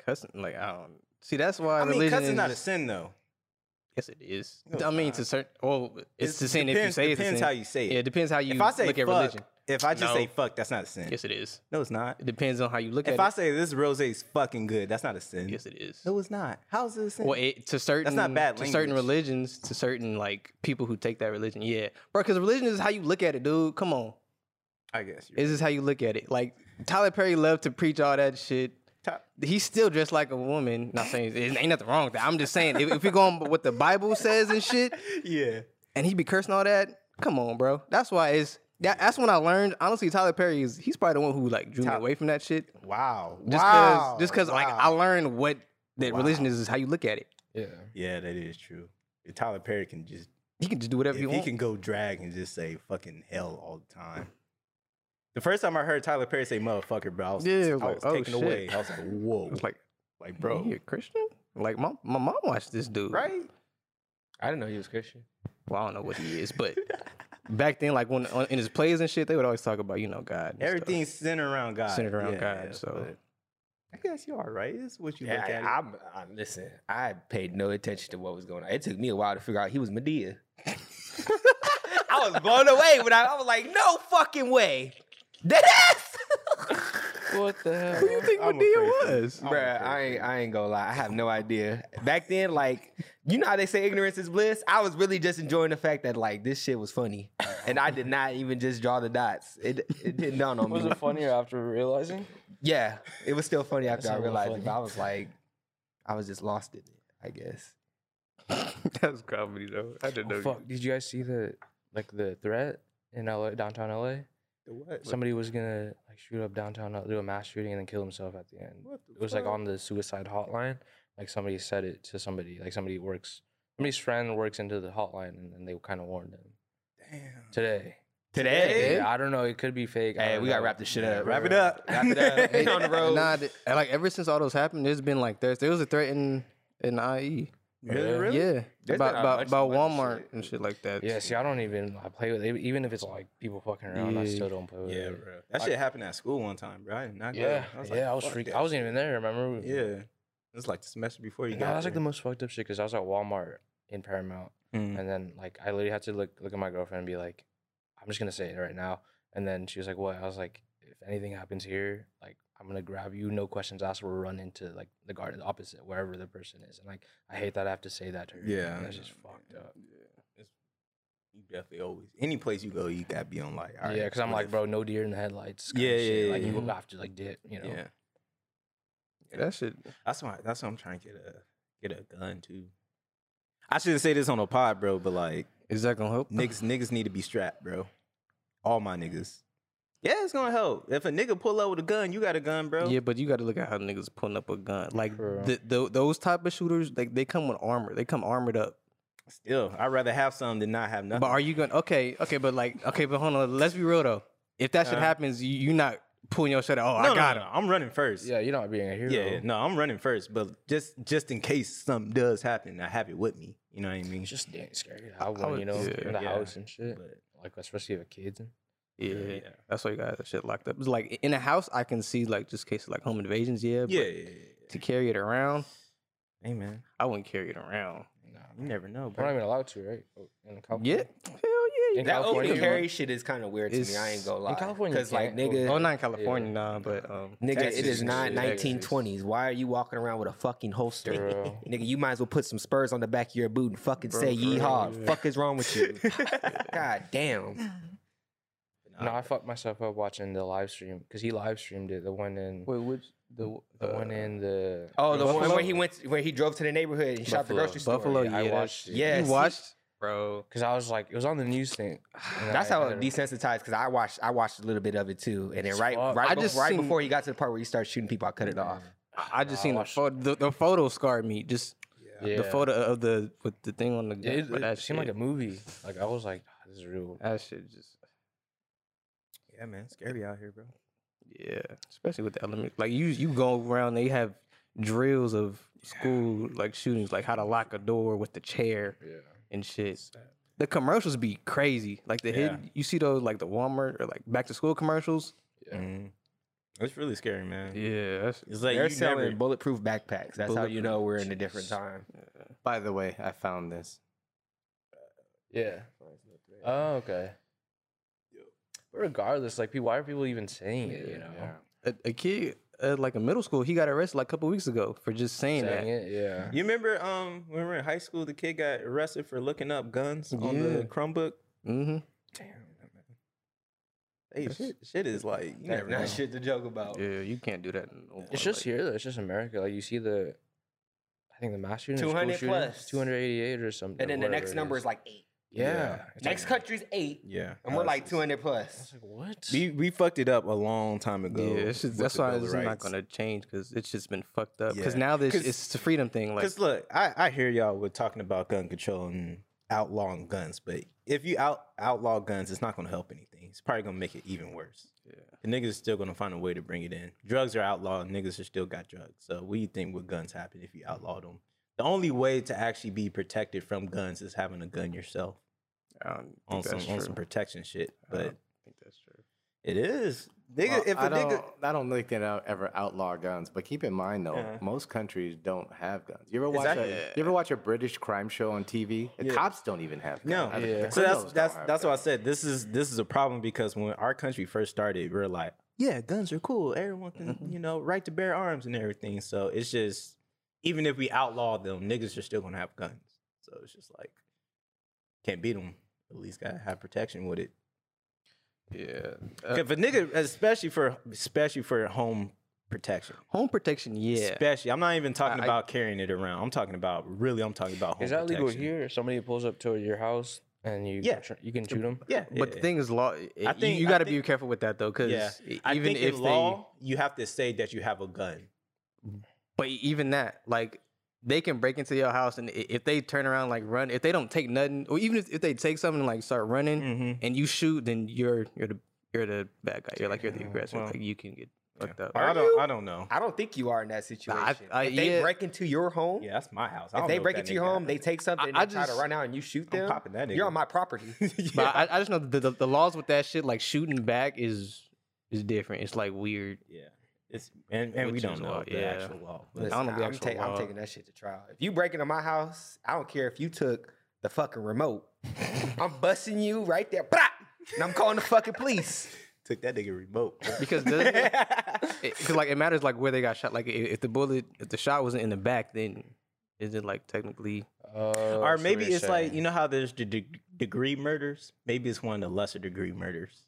Speaker 1: cussing, like, I don't see. That's why
Speaker 2: I mean,
Speaker 1: religion
Speaker 2: cussing's
Speaker 1: is.
Speaker 2: not a sin though.
Speaker 1: yes, it is.
Speaker 2: No, it's
Speaker 1: I mean,
Speaker 2: not.
Speaker 1: to certain. Well, it's,
Speaker 2: It's-
Speaker 1: the sin
Speaker 2: depends-
Speaker 1: if you say it's a
Speaker 2: depends
Speaker 1: sin.
Speaker 2: how you say it.
Speaker 1: Yeah, it depends how you
Speaker 2: If I say
Speaker 1: look at
Speaker 2: fuck,
Speaker 1: religion.
Speaker 2: if I just
Speaker 1: No.
Speaker 2: say fuck, that's not a sin.
Speaker 1: Yes, it is.
Speaker 2: No, it's not.
Speaker 1: It depends on how you look
Speaker 2: If
Speaker 1: at
Speaker 2: I
Speaker 1: it.
Speaker 2: say this rose's fucking good, that's not a sin.
Speaker 1: Yes, it is.
Speaker 2: No, it's not. How's this?
Speaker 1: Well, it, to certain
Speaker 2: bad
Speaker 1: to certain
Speaker 2: language.
Speaker 1: religions, to certain like people who take that religion, yeah, bro. Because religion is how you look at it, dude. Come on,
Speaker 2: I guess. You're
Speaker 1: this is how you look at it. Like Tyler Perry loved to preach all that shit.
Speaker 2: Top.
Speaker 1: He's still dressed like a woman. Not saying it ain't nothing wrong with that. I'm just saying if, if you're going with what the Bible says and shit,
Speaker 2: Yeah.
Speaker 1: and he be cursing all that. Come on, bro. That's why it's that, that's when I learned. Honestly, Tyler Perry is he's probably the one who like drew me away from that shit.
Speaker 2: Wow.
Speaker 1: Just
Speaker 2: wow.
Speaker 1: cause just cause like I learned what that religion is is how you look at it.
Speaker 3: Yeah.
Speaker 2: Yeah, that is true. If Tyler Perry can just
Speaker 1: He can just do whatever
Speaker 2: if
Speaker 1: you
Speaker 2: he
Speaker 1: want.
Speaker 2: can go drag and just say fucking hell all the time. The first time I heard Tyler Perry say motherfucker, bro, I was,
Speaker 1: Yeah, it
Speaker 2: I
Speaker 1: was like,
Speaker 2: was
Speaker 1: oh,
Speaker 2: taken
Speaker 1: shit.
Speaker 2: away. I was like, whoa.
Speaker 1: It's like
Speaker 2: like, bro.
Speaker 1: He a Christian? Like my my mom watched this dude.
Speaker 2: Right?
Speaker 3: I didn't know he was Christian.
Speaker 1: Well, I don't know what he is, but back then, like when on, in his plays and shit, they would always talk about you know God. and stuff.
Speaker 2: Everything's centered around God.
Speaker 1: Centered around God, so.
Speaker 2: but I guess you are right. It's what you look at.
Speaker 6: yeah,
Speaker 2: it.
Speaker 6: I'm, I'm listen. I paid no attention to what was going on. It took me a while to figure out he was Medea. I I was blown away when I, I was like, no fucking way. That ass.
Speaker 3: What the hell?
Speaker 1: think
Speaker 2: I'm Madea afraid so.
Speaker 1: was?
Speaker 6: Bruh, I ain't, I ain't gonna lie. I have no idea. Back then, like, you know how they say ignorance is bliss? I was really just enjoying the fact that, like, this shit was funny. And I did not even just draw the dots. It, it didn't dawn on
Speaker 3: Was
Speaker 6: me.
Speaker 3: it funnier after realizing?
Speaker 6: Yeah, it was still funny after I
Speaker 3: hella
Speaker 6: realized it.
Speaker 3: funny.
Speaker 6: But I was like, I was just lost in it, I guess.
Speaker 1: That's comedy though. I didn't
Speaker 3: Oh, fuck! Did you guys see the like the threat in LA, downtown LA?
Speaker 2: What?
Speaker 3: Somebody was gonna like shoot up downtown, uh, do a mass shooting, and then kill himself at the end. it was like on the suicide hotline. Like somebody said it to somebody. Like somebody works, somebody's friend works into the hotline, and, then they kind of warned them. Damn. Today.
Speaker 6: Today?
Speaker 3: Yeah, I don't know. It could be fake. I
Speaker 6: Hey,
Speaker 3: don't
Speaker 6: we gotta
Speaker 3: know.
Speaker 6: wrap this shit up.
Speaker 2: Wrap it up.
Speaker 6: Wrap it up. Get on the road.
Speaker 1: Nah, th- like ever since all those happened, there's been like there's there was a threat in in IE.
Speaker 2: Really? really?
Speaker 1: Yeah,
Speaker 6: There's
Speaker 1: about
Speaker 6: been a
Speaker 1: about,
Speaker 6: bunch
Speaker 1: about
Speaker 6: of other
Speaker 1: Walmart
Speaker 6: shit.
Speaker 1: and shit like that.
Speaker 3: Yeah, see, I don't even I play with it. Even if it's like people fucking around, I
Speaker 1: Yeah.
Speaker 3: still don't play with
Speaker 2: Yeah,
Speaker 3: it.
Speaker 2: bro. That shit happened at school one time, bro. I did not go.
Speaker 3: Yeah,
Speaker 2: like,
Speaker 3: yeah, I was
Speaker 2: fuck
Speaker 3: freaked.
Speaker 2: that
Speaker 3: I wasn't
Speaker 2: shit.
Speaker 3: even there. Remember?
Speaker 2: Yeah. It's like the semester before you
Speaker 3: No,
Speaker 2: got
Speaker 3: that's like the
Speaker 2: there.
Speaker 3: most fucked up shit because I was at Walmart in Paramount,
Speaker 2: Mhm.
Speaker 3: and then like I literally had to look look at my girlfriend and be like, "I'm just gonna say it right now." And then she was like, "What?" I was like, "If anything happens here, like I'm gonna grab you, no questions asked. We'll run into like the garden, the opposite, wherever the person is." And like I hate that I have to say that to her.
Speaker 2: Yeah, I
Speaker 3: that's just
Speaker 2: know,
Speaker 3: fucked
Speaker 2: man.
Speaker 3: up.
Speaker 2: Yeah. It's- You definitely always any place you go, you gotta be on like.
Speaker 3: Yeah, yeah, because I'm
Speaker 2: what
Speaker 3: like,
Speaker 2: if-
Speaker 3: bro, no deer in the headlights. kinda
Speaker 2: Yeah,
Speaker 3: shit.
Speaker 2: yeah,
Speaker 3: like you
Speaker 2: yeah.
Speaker 3: have to like dip, you know.
Speaker 2: Yeah,
Speaker 1: that shit.
Speaker 2: that's why. That's why I'm trying to get a get a gun too. I should have said this on a pod, bro, but like
Speaker 1: Is that gonna help?
Speaker 2: niggas niggas need to be strapped, bro. All my niggas. Yeah, it's gonna help. If a nigga pull up with a gun, you got a gun, bro.
Speaker 1: Yeah, but you got to look at how niggas pulling up a gun. Like
Speaker 3: True.
Speaker 1: the, the, those type of shooters, like they come with armor. They come armored up.
Speaker 2: Still, I'd rather have some than not have nothing.
Speaker 1: But are you going? to Okay, okay, but like, okay, but hold on. Let's be real though. If that shit
Speaker 2: Uh-huh.
Speaker 1: happens, you you not pulling your shit out. Oh,
Speaker 2: no,
Speaker 1: I got
Speaker 2: no,
Speaker 1: him.
Speaker 2: no, I'm running first.
Speaker 3: Yeah, you're not being a hero.
Speaker 2: Yeah, yeah, no, I'm running first, but just just in case something does happen, I have it with me. You know what I mean?
Speaker 3: It's just damn scary. How one,
Speaker 1: was
Speaker 3: you know, in
Speaker 1: scared,
Speaker 3: the
Speaker 2: yeah.
Speaker 3: house and shit.
Speaker 2: But-
Speaker 3: Like especially if a kids. in-
Speaker 1: Yeah,
Speaker 2: Yeah, yeah.
Speaker 1: that's why you got that shit locked up. It's like in a house, I can see like just cases like home invasions. Yeah, but
Speaker 2: yeah, yeah, yeah, yeah.
Speaker 1: To carry it around,
Speaker 2: Hey man,
Speaker 1: I wouldn't carry it around.
Speaker 2: you never know,
Speaker 3: We're not
Speaker 2: bro.
Speaker 3: even allowed to, right? Oh, In
Speaker 1: Yeah,
Speaker 3: California.
Speaker 1: hell
Speaker 2: Mm-hmm.
Speaker 1: yeah. you
Speaker 3: In
Speaker 1: got-
Speaker 6: That
Speaker 3: California,
Speaker 6: open
Speaker 3: you
Speaker 6: carry shit is kind of weird to me. I
Speaker 1: It's-
Speaker 6: ain't gonna
Speaker 3: in
Speaker 6: lie.
Speaker 3: California, you
Speaker 6: because like
Speaker 3: can't.
Speaker 6: nigga,
Speaker 1: Oh, not in California, nah, but um,
Speaker 6: nigga,
Speaker 3: Texas
Speaker 6: it is
Speaker 3: and
Speaker 6: not
Speaker 3: shit.
Speaker 6: 1920s. Why are you walking around with a fucking holster?
Speaker 3: Bro.
Speaker 6: nigga, you might as well put some spurs on the back of your boot and fucking
Speaker 1: Bro,
Speaker 6: say
Speaker 1: for real,
Speaker 6: yeehaw.
Speaker 1: yeah.
Speaker 6: Fuck is wrong with you? God damn.
Speaker 3: No, I fucked myself up watching the live stream because he live streamed it. The one in
Speaker 1: wait, which the
Speaker 3: the one in the
Speaker 6: Oh, the one
Speaker 1: Buffalo?
Speaker 6: where he went, where he drove to the neighborhood and shot the
Speaker 3: Buffalo.
Speaker 6: grocery store.
Speaker 1: Buffalo? Oh,
Speaker 3: I
Speaker 1: yeah, that
Speaker 3: watched
Speaker 1: shit.
Speaker 3: it.
Speaker 6: Yes.
Speaker 1: you watched, bro.
Speaker 3: because I was like it was on the news thing.
Speaker 6: That's how it desensitized because I watched I watched a little bit of it too, and then
Speaker 3: It's
Speaker 6: right
Speaker 3: fucked.
Speaker 6: right,
Speaker 1: I
Speaker 6: bef-
Speaker 1: just
Speaker 6: right
Speaker 1: seen-
Speaker 6: before he got to the part where he started shooting people, I cut it off.
Speaker 1: I, I just
Speaker 3: Nah, I
Speaker 1: seen the
Speaker 3: watched-
Speaker 1: photo. The, the photo scarred me. Just
Speaker 3: yeah.
Speaker 1: the photo of the with the thing on the gun.
Speaker 3: It,
Speaker 1: bro,
Speaker 3: it
Speaker 1: that
Speaker 3: seemed like
Speaker 1: shit-
Speaker 3: a movie. Like I was like, "Ah, this is real.
Speaker 1: that shit just
Speaker 2: Yeah, man, scary out here, bro.
Speaker 1: yeah. Especially with the element, like you you go around. They have drills of school like shootings, like how to lock a door with the chair and shit. The commercials be crazy. Like the hidden you see those like the Walmart or like back to school commercials.
Speaker 3: Yeah.
Speaker 2: Mhm. It's really scary, man.
Speaker 1: Yeah, that's,
Speaker 2: It's like
Speaker 6: They're
Speaker 2: you
Speaker 6: selling
Speaker 2: never.
Speaker 6: bulletproof backpacks. That's how you know we're in a different time.
Speaker 8: By the way, I found this.
Speaker 3: Yeah. Oh, okay. But regardless, like, pe- why are people even saying it? You know,
Speaker 1: a, a kid at like a middle school. He got arrested like a couple weeks ago for just saying, that.
Speaker 3: saying it. Yeah.
Speaker 2: You remember um when we were in high school, the kid got arrested for looking up guns on the
Speaker 1: Yeah.
Speaker 2: Chromebook.
Speaker 1: Mm-hmm.
Speaker 2: Damn, man. Hey, shit, shit is like you never know.
Speaker 6: That shit to joke
Speaker 2: Oh.
Speaker 6: about.
Speaker 1: Yeah, you can't do that. in no
Speaker 3: It's
Speaker 1: more,
Speaker 3: just
Speaker 1: like-
Speaker 3: here though. It's just America. Like you see the, I think the mass shooting,
Speaker 6: 200 plus.
Speaker 3: two hundred eighty-eight or something.
Speaker 6: And then the
Speaker 3: whatever
Speaker 6: next
Speaker 3: it
Speaker 6: number is like eight.
Speaker 3: yeah.
Speaker 2: Yeah.
Speaker 3: It's
Speaker 6: Next
Speaker 3: like,
Speaker 6: country's eight,
Speaker 2: Yeah,
Speaker 6: and we're
Speaker 2: us
Speaker 6: like
Speaker 2: is-
Speaker 6: two hundred
Speaker 3: I was
Speaker 6: plus.
Speaker 3: like, what?
Speaker 2: We we fucked it up a long time ago.
Speaker 1: Yeah, it's just,
Speaker 2: with
Speaker 1: that's
Speaker 2: the
Speaker 1: why
Speaker 2: Bill of
Speaker 1: it's not
Speaker 2: Rights.
Speaker 1: going to change because it's just been fucked up. Because
Speaker 2: Yeah.
Speaker 1: now this
Speaker 2: 'Cause-
Speaker 1: it's the freedom thing. Like,
Speaker 2: Because look, I, I hear y'all with talking about gun control and outlawing guns, but if you out outlaw guns, it's not going to help anything. It's probably going to make it even worse.
Speaker 1: yeah.
Speaker 2: The niggas is still going to find a way to bring it in. Drugs are outlawed. Niggas are still got drugs. So what do you think would guns happen if you outlawed them? The only way to actually be protected from guns is having a gun yourself
Speaker 1: I don't think
Speaker 2: on some
Speaker 1: that's
Speaker 2: on
Speaker 1: true.
Speaker 2: some protection shit.
Speaker 1: I don't
Speaker 2: But
Speaker 1: think that's true.
Speaker 2: it is. Nigga,
Speaker 8: Well,
Speaker 2: if a
Speaker 8: I don't,
Speaker 2: nigga,
Speaker 8: I don't think they out ever outlaw guns, but keep in mind though,
Speaker 2: Uh-huh.
Speaker 8: most countries don't have guns. You ever watch?
Speaker 2: Exactly.
Speaker 8: A, you ever watch a British crime show on TV? The
Speaker 2: Yeah.
Speaker 8: cops don't even have guns.
Speaker 2: no,
Speaker 8: I mean, the
Speaker 2: so
Speaker 8: criminals
Speaker 2: that's
Speaker 8: don't
Speaker 2: that's
Speaker 8: have
Speaker 2: that's why I
Speaker 8: guns.
Speaker 2: said this is this is a problem because when our country first started, we are like, yeah, guns are cool. Everyone can
Speaker 1: Mm-hmm.
Speaker 2: you know right to bear arms and everything. So it's just even if we outlaw them, niggas are still gonna have guns. So it's just like can't beat them. At least gotta have protection with it.
Speaker 1: Yeah.
Speaker 2: If a nigga, especially for especially for home protection.
Speaker 1: Home protection, yeah.
Speaker 2: Especially, I'm not even talking
Speaker 1: I- I-
Speaker 2: about carrying it around. I'm talking about really. I'm talking about home.
Speaker 3: Is that legal
Speaker 2: protection.
Speaker 3: here? If somebody pulls up to your house and you
Speaker 2: Yeah.
Speaker 3: tr- you can shoot them.
Speaker 2: Yeah,
Speaker 1: but the thing is, law. I
Speaker 2: think-
Speaker 1: you
Speaker 2: I
Speaker 1: got to be
Speaker 2: think-
Speaker 1: careful with that though, because
Speaker 2: yeah. I
Speaker 1: even
Speaker 2: think
Speaker 1: if
Speaker 2: in law you have to say that you have a gun.
Speaker 1: they, but even that, like, they can break into your house, and i- if they turn around, like, run, if they don't take nothing, or even if, if they take something, and, like, start
Speaker 2: Mm.
Speaker 1: running,
Speaker 2: Mm-hmm.
Speaker 1: and you shoot, then you're you're the you're the bad guy. You're like you're the
Speaker 2: Yeah,
Speaker 1: aggressor.
Speaker 2: well,
Speaker 1: like you can get fucked up.
Speaker 2: I don't. I don't know.
Speaker 6: I uh, don't think you are in that
Speaker 1: Nah,
Speaker 6: situation.
Speaker 1: I- I-
Speaker 6: if they
Speaker 1: yeah.
Speaker 6: break into your home,
Speaker 2: Yeah, that's my house. I
Speaker 6: if
Speaker 2: don't
Speaker 6: they
Speaker 2: know
Speaker 6: break
Speaker 2: that
Speaker 6: into your
Speaker 2: nigga-
Speaker 6: home, they take something and
Speaker 1: I- I
Speaker 6: they try to
Speaker 1: just-
Speaker 6: run out and you shoot
Speaker 2: I'm
Speaker 6: them.
Speaker 2: popping that nigga.
Speaker 6: You're on my property.
Speaker 1: But I, I just know the, the the laws with that shit, like shooting back, is is different. It's like weird.
Speaker 2: yeah, it's and, and we
Speaker 1: Which
Speaker 2: don't
Speaker 1: is
Speaker 2: know
Speaker 1: law,
Speaker 2: the
Speaker 1: yeah.
Speaker 2: actual law. but-
Speaker 1: I don't know
Speaker 6: Nah,
Speaker 1: the
Speaker 6: I'm,
Speaker 1: actual
Speaker 6: ta- I'm
Speaker 1: law.
Speaker 6: taking that shit to trial. If you break into my house, I don't care if you took the fucking remote. I'm busting you right there. Brah! And I'm calling the fucking police.
Speaker 2: took that nigga remote.
Speaker 1: because does because like it matters like where they got shot. Like i- if the bullet, if the shot wasn't in the back, then is it like technically?
Speaker 3: Oh,
Speaker 2: or maybe it's like you know how there's the de- degree murders. Maybe it's one of the lesser degree murders.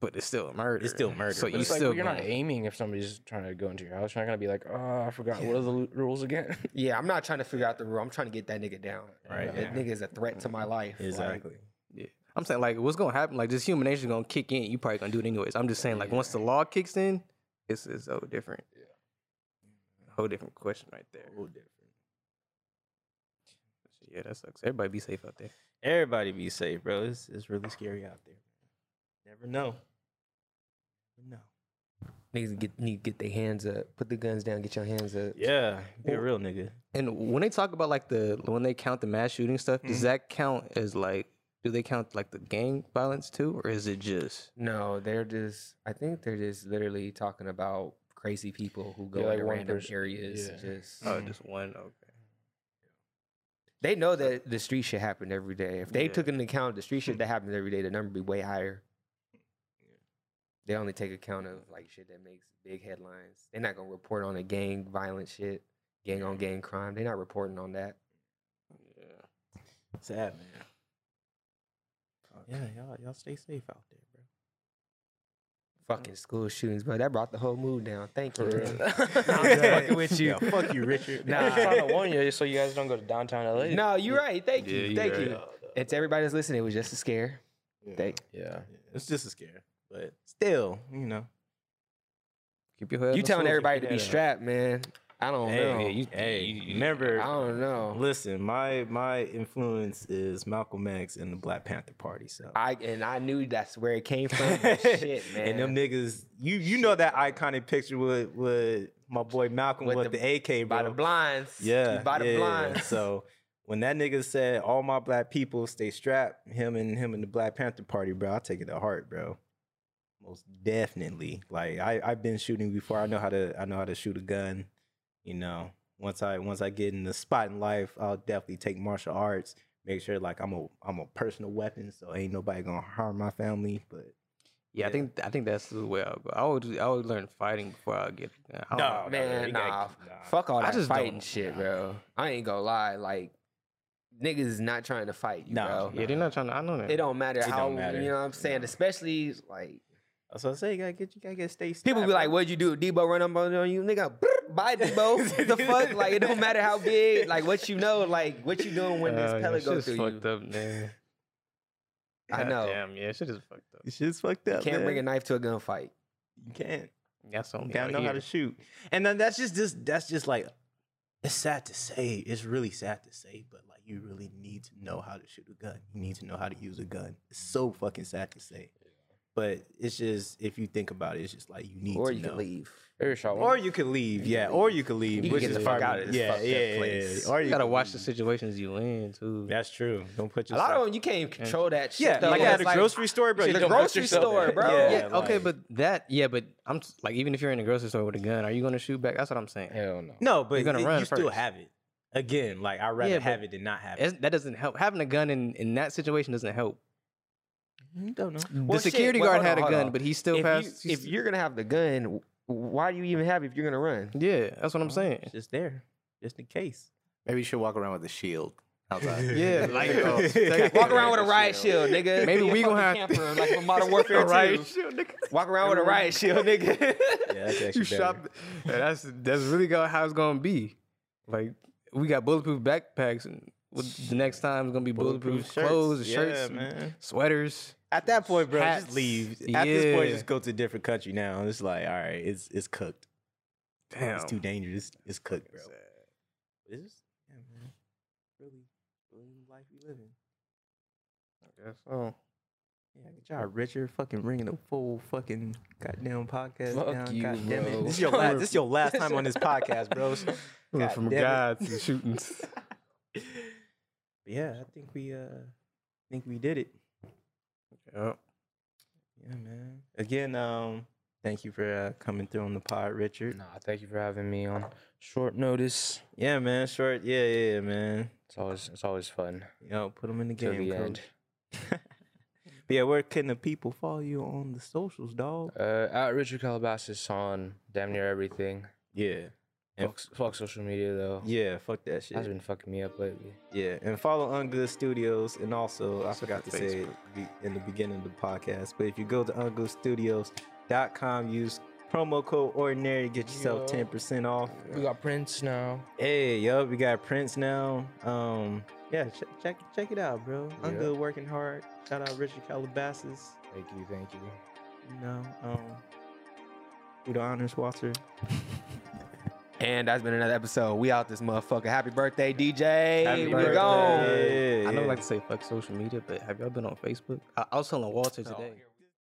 Speaker 1: But it's still a murder.
Speaker 2: It's still murder,
Speaker 1: So
Speaker 2: but
Speaker 1: you
Speaker 2: it's
Speaker 1: still
Speaker 3: you're not
Speaker 1: gonna-
Speaker 3: aiming if somebody's trying to go into your house. You're not gonna be like, oh, I forgot what are the l- rules again.
Speaker 6: Yeah, I'm not trying to figure out the rule. I'm trying to get that nigga down.
Speaker 2: Right,
Speaker 6: That
Speaker 2: yeah.
Speaker 6: nigga is a threat to my life. Like,
Speaker 2: Exactly.
Speaker 1: I'm saying like what's gonna happen? Like this human nature is gonna kick in. You probably gonna do it anyways. I'm just saying like once the law kicks in, it's it's so different. Whole different question right there. Yeah, that sucks. Everybody be safe out there.
Speaker 2: Everybody be safe, bro. It's, it's really scary out there. Never know. Never know.
Speaker 6: Niggas get, need to get their hands up. Put the guns down. Get your hands up.
Speaker 2: Yeah, be a real nigga.
Speaker 1: And when they talk about like the when they count the mass shooting stuff, does that count as like do they count like the gang violence too, or is it just
Speaker 6: No, they're just. I think they're just literally talking about crazy people who go
Speaker 3: Yeah, like
Speaker 6: into
Speaker 3: one
Speaker 6: random
Speaker 3: person-
Speaker 6: areas. and
Speaker 3: yeah.
Speaker 6: Just
Speaker 1: oh just one? Okay.
Speaker 6: they know that the street shit happened every day. If they
Speaker 1: Yeah.
Speaker 6: took into account the street shit that happens every day, the number be way higher. They only take account of like shit that makes big headlines. They're not gonna report on a gang violent shit, gang on gang crime. They're not reporting on that.
Speaker 2: Sad man. Yeah, y'all, y'all stay safe out there, bro.
Speaker 6: Fucking school shootings, bro. That brought the whole mood down. Thank you.
Speaker 3: For
Speaker 6: bro.
Speaker 3: real.
Speaker 6: I'm just fucking with you.
Speaker 2: Yeah, fuck you, Richard.
Speaker 3: Nah, I'm trying to warn you so you guys don't go to downtown LA.
Speaker 6: No, you're right. Thank you.
Speaker 1: Yeah, you
Speaker 6: Thank
Speaker 1: right.
Speaker 6: you. It's everybody that's listening. It was just a scare. Thank
Speaker 3: Yeah.
Speaker 2: It's just a scare, but still, you know.
Speaker 1: Keep your head. on
Speaker 6: You
Speaker 1: the
Speaker 6: telling
Speaker 1: swivel,
Speaker 6: everybody
Speaker 1: keep
Speaker 6: to
Speaker 1: your
Speaker 6: be
Speaker 1: head up.
Speaker 6: strapped, man. I don't
Speaker 2: Hey,
Speaker 6: know.
Speaker 2: you, Oh, hey, remember?
Speaker 6: I don't know.
Speaker 2: Listen, my my influence is Malcolm X and the Black Panther Party. So
Speaker 6: I and I knew that's where it came from. but shit, man.
Speaker 2: And them niggas, you you know that iconic picture with with my boy Malcolm
Speaker 6: With
Speaker 2: with,
Speaker 6: the-
Speaker 2: the, AK, bro.
Speaker 6: by the blinds.
Speaker 2: Yeah,
Speaker 6: by the
Speaker 2: yeah, yeah.
Speaker 6: blinds.
Speaker 2: So when that nigga said, "All my black people stay strapped," him and him and the Black Panther Party, bro, I take it to heart, bro. Most definitely. Like I I've been shooting before. I know how to I know how to shoot a gun. You know, once I once I get in the spot in life, I'll definitely take martial arts. Make sure like I'm a I'm a personal weapon, so ain't nobody gonna harm my family. But
Speaker 1: Yeah, I think I think that's the way I'll go. I would I would learn fighting before I get. I don't know.
Speaker 6: man,
Speaker 2: you
Speaker 6: nah,
Speaker 2: gotta- nah.
Speaker 6: Fuck all
Speaker 1: I
Speaker 6: that
Speaker 1: just
Speaker 6: fighting
Speaker 1: don't-
Speaker 6: shit, bro. I ain't gonna lie. Like niggas is not trying to fight you,
Speaker 2: Nah,
Speaker 6: bro.
Speaker 1: Yeah, they're not trying to. I know that.
Speaker 6: It don't matter
Speaker 2: It
Speaker 6: how
Speaker 2: don't matter.
Speaker 6: you know what I'm saying. Especially like
Speaker 2: That's what I say. You gotta get you gotta get stay.
Speaker 6: people
Speaker 2: strapped,
Speaker 6: be like, "What'd you do? Debo run up on you, nigga? brr, Bye, Debo. the fuck? Like it don't matter how big, like what you know, like what you doing when this
Speaker 1: Uh, yeah,
Speaker 6: pellet goes
Speaker 1: shit's
Speaker 6: through you.
Speaker 1: fucked up, man.
Speaker 6: I know.
Speaker 1: Damn, yeah, shit is fucked up.
Speaker 2: This shit's fucked up.
Speaker 6: Can't bring a
Speaker 2: man.
Speaker 6: knife to a gunfight.
Speaker 2: You can't.
Speaker 1: That's only.
Speaker 2: gotta
Speaker 1: out
Speaker 2: know how
Speaker 1: here.
Speaker 2: to shoot. And then that's just this. That's just like it's sad to say. It's really sad to say, but like you really need to know how to shoot a gun. You need to know how to use a gun. It's so fucking sad to say. But it's just if you think about it, it's just like you need
Speaker 6: Or
Speaker 2: to
Speaker 6: you
Speaker 2: know.
Speaker 6: can leave.
Speaker 3: Every shot.
Speaker 2: Or you could leave, yeah. Or you could leave,
Speaker 6: can
Speaker 2: which
Speaker 6: get
Speaker 2: is
Speaker 6: the fuck
Speaker 2: probably-
Speaker 6: out of this
Speaker 2: yeah,
Speaker 6: fucked up
Speaker 2: yeah, yeah,
Speaker 6: place.
Speaker 2: yeah. Or you,
Speaker 1: You gotta
Speaker 2: could
Speaker 1: watch the
Speaker 2: leave.
Speaker 1: situations you in too.
Speaker 2: That's true. Don't put
Speaker 6: A lot of
Speaker 2: yourself.
Speaker 6: them you can't even control that shit.
Speaker 2: Yeah,
Speaker 6: though.
Speaker 2: like at
Speaker 6: It's
Speaker 2: a grocery store, bro.
Speaker 6: the
Speaker 2: you don't put
Speaker 6: grocery
Speaker 2: yourself-
Speaker 6: store, bro.
Speaker 2: Yeah,
Speaker 1: Yeah, okay,
Speaker 2: like-
Speaker 1: but that, yeah, but I'm s- like, even if you're in a grocery store with a gun, are you gonna shoot back? That's what I'm saying.
Speaker 3: Hell no.
Speaker 2: no, but
Speaker 1: you're gonna
Speaker 2: it-
Speaker 1: run
Speaker 2: you still
Speaker 1: first.
Speaker 2: have it. Again, like I would rather
Speaker 1: Yeah, but-
Speaker 2: have it than not have it.
Speaker 1: It's- that doesn't help. Having a gun in, in that situation doesn't help.
Speaker 2: Don't know.
Speaker 1: the
Speaker 6: shit,
Speaker 1: security
Speaker 6: well,
Speaker 1: guard
Speaker 6: hold on,
Speaker 1: had a
Speaker 6: hold
Speaker 1: gun,
Speaker 6: on.
Speaker 1: but he still
Speaker 6: if,
Speaker 1: passed.
Speaker 6: you, if you're gonna have the gun, w- why do you even have it if you're gonna run?
Speaker 1: yeah, that's
Speaker 6: Oh,
Speaker 1: what I'm
Speaker 2: It's
Speaker 1: saying.
Speaker 2: just there, just in case.
Speaker 8: Maybe you should walk around with a shield. Outside.
Speaker 1: Yeah, like,
Speaker 8: Oh,
Speaker 1: uh,
Speaker 8: take-
Speaker 6: Walk around with a riot shield, nigga.
Speaker 1: Maybe
Speaker 6: Be a
Speaker 1: we gonna
Speaker 6: fucking
Speaker 1: have-
Speaker 6: camper, like from Modern Warfare 2. Walk around with a riot shield, nigga.
Speaker 2: Yeah, that's actually
Speaker 1: you shop. Yeah, that's that's really go- how it's gonna be. Like we got bulletproof backpacks, and with- the next time it's gonna be bulletproof, clothes, and shirts, and
Speaker 2: man.
Speaker 1: sweaters.
Speaker 2: At that point, bro,
Speaker 1: Hats.
Speaker 2: just leave. At this point,
Speaker 1: Yeah.
Speaker 2: just go to a different country now. It's like, all right, it's it's cooked.
Speaker 1: Damn,
Speaker 2: It's too dangerous. It's cooked, bro.
Speaker 1: Sad.
Speaker 2: It's just- yeah, man. Really, really the life we live in.
Speaker 1: I guess so.
Speaker 2: Yeah, get y'all Richard fucking bringing the full fucking goddamn podcast
Speaker 3: Fuck
Speaker 2: down.
Speaker 3: you,
Speaker 2: goddamn
Speaker 3: bro.
Speaker 2: it. This is your last. This is your last time on this podcast, bros.
Speaker 1: Went
Speaker 2: God
Speaker 1: from
Speaker 2: damn it.
Speaker 1: gods to shootings.
Speaker 2: But yeah, I think we uh think we did it.
Speaker 1: Yep.
Speaker 2: Yeah, man. Again, um, thank you for uh, coming through on the pod, Richard.
Speaker 3: Nah, thank you for having me on short notice.
Speaker 2: Yeah, man. Short. Yeah, yeah, yeah, man.
Speaker 3: It's always it's always fun.
Speaker 2: You know, put them in the
Speaker 3: Till
Speaker 2: game.
Speaker 3: the
Speaker 2: coach.
Speaker 3: end.
Speaker 2: but yeah, where can the people follow you on the socials, dog?
Speaker 3: Uh, at Richard Calabasas on damn near everything.
Speaker 2: Yeah, And-
Speaker 3: Fuck, fuck social media though.
Speaker 2: yeah. Fuck that shit.
Speaker 3: That's been fucking me up lately.
Speaker 2: Yeah, and follow Ungood Studios. And also, I
Speaker 1: Also
Speaker 2: forgot to
Speaker 1: for
Speaker 2: say it be- in the beginning of the podcast, but if you go to ungoodstudios.com, use promo code ordinary, get yourself
Speaker 3: Yeah.
Speaker 2: ten percent off.
Speaker 3: We got Prince now.
Speaker 2: Hey, yo, we got Prince now. Um, yeah, check check, check it out, bro. Ungood working hard. Shout out Richard Calabasas.
Speaker 3: Thank you, thank you.
Speaker 2: You know, um, who the honors watcher.
Speaker 6: And that's been another episode. We out this motherfucker. Happy birthday, DJ.
Speaker 1: Happy
Speaker 6: we
Speaker 1: birthday.
Speaker 2: Yeah,
Speaker 6: gone.
Speaker 1: I don't
Speaker 2: uh, yeah.
Speaker 1: like to say fuck social media, but have y'all been on Facebook? I, I was telling Walter today.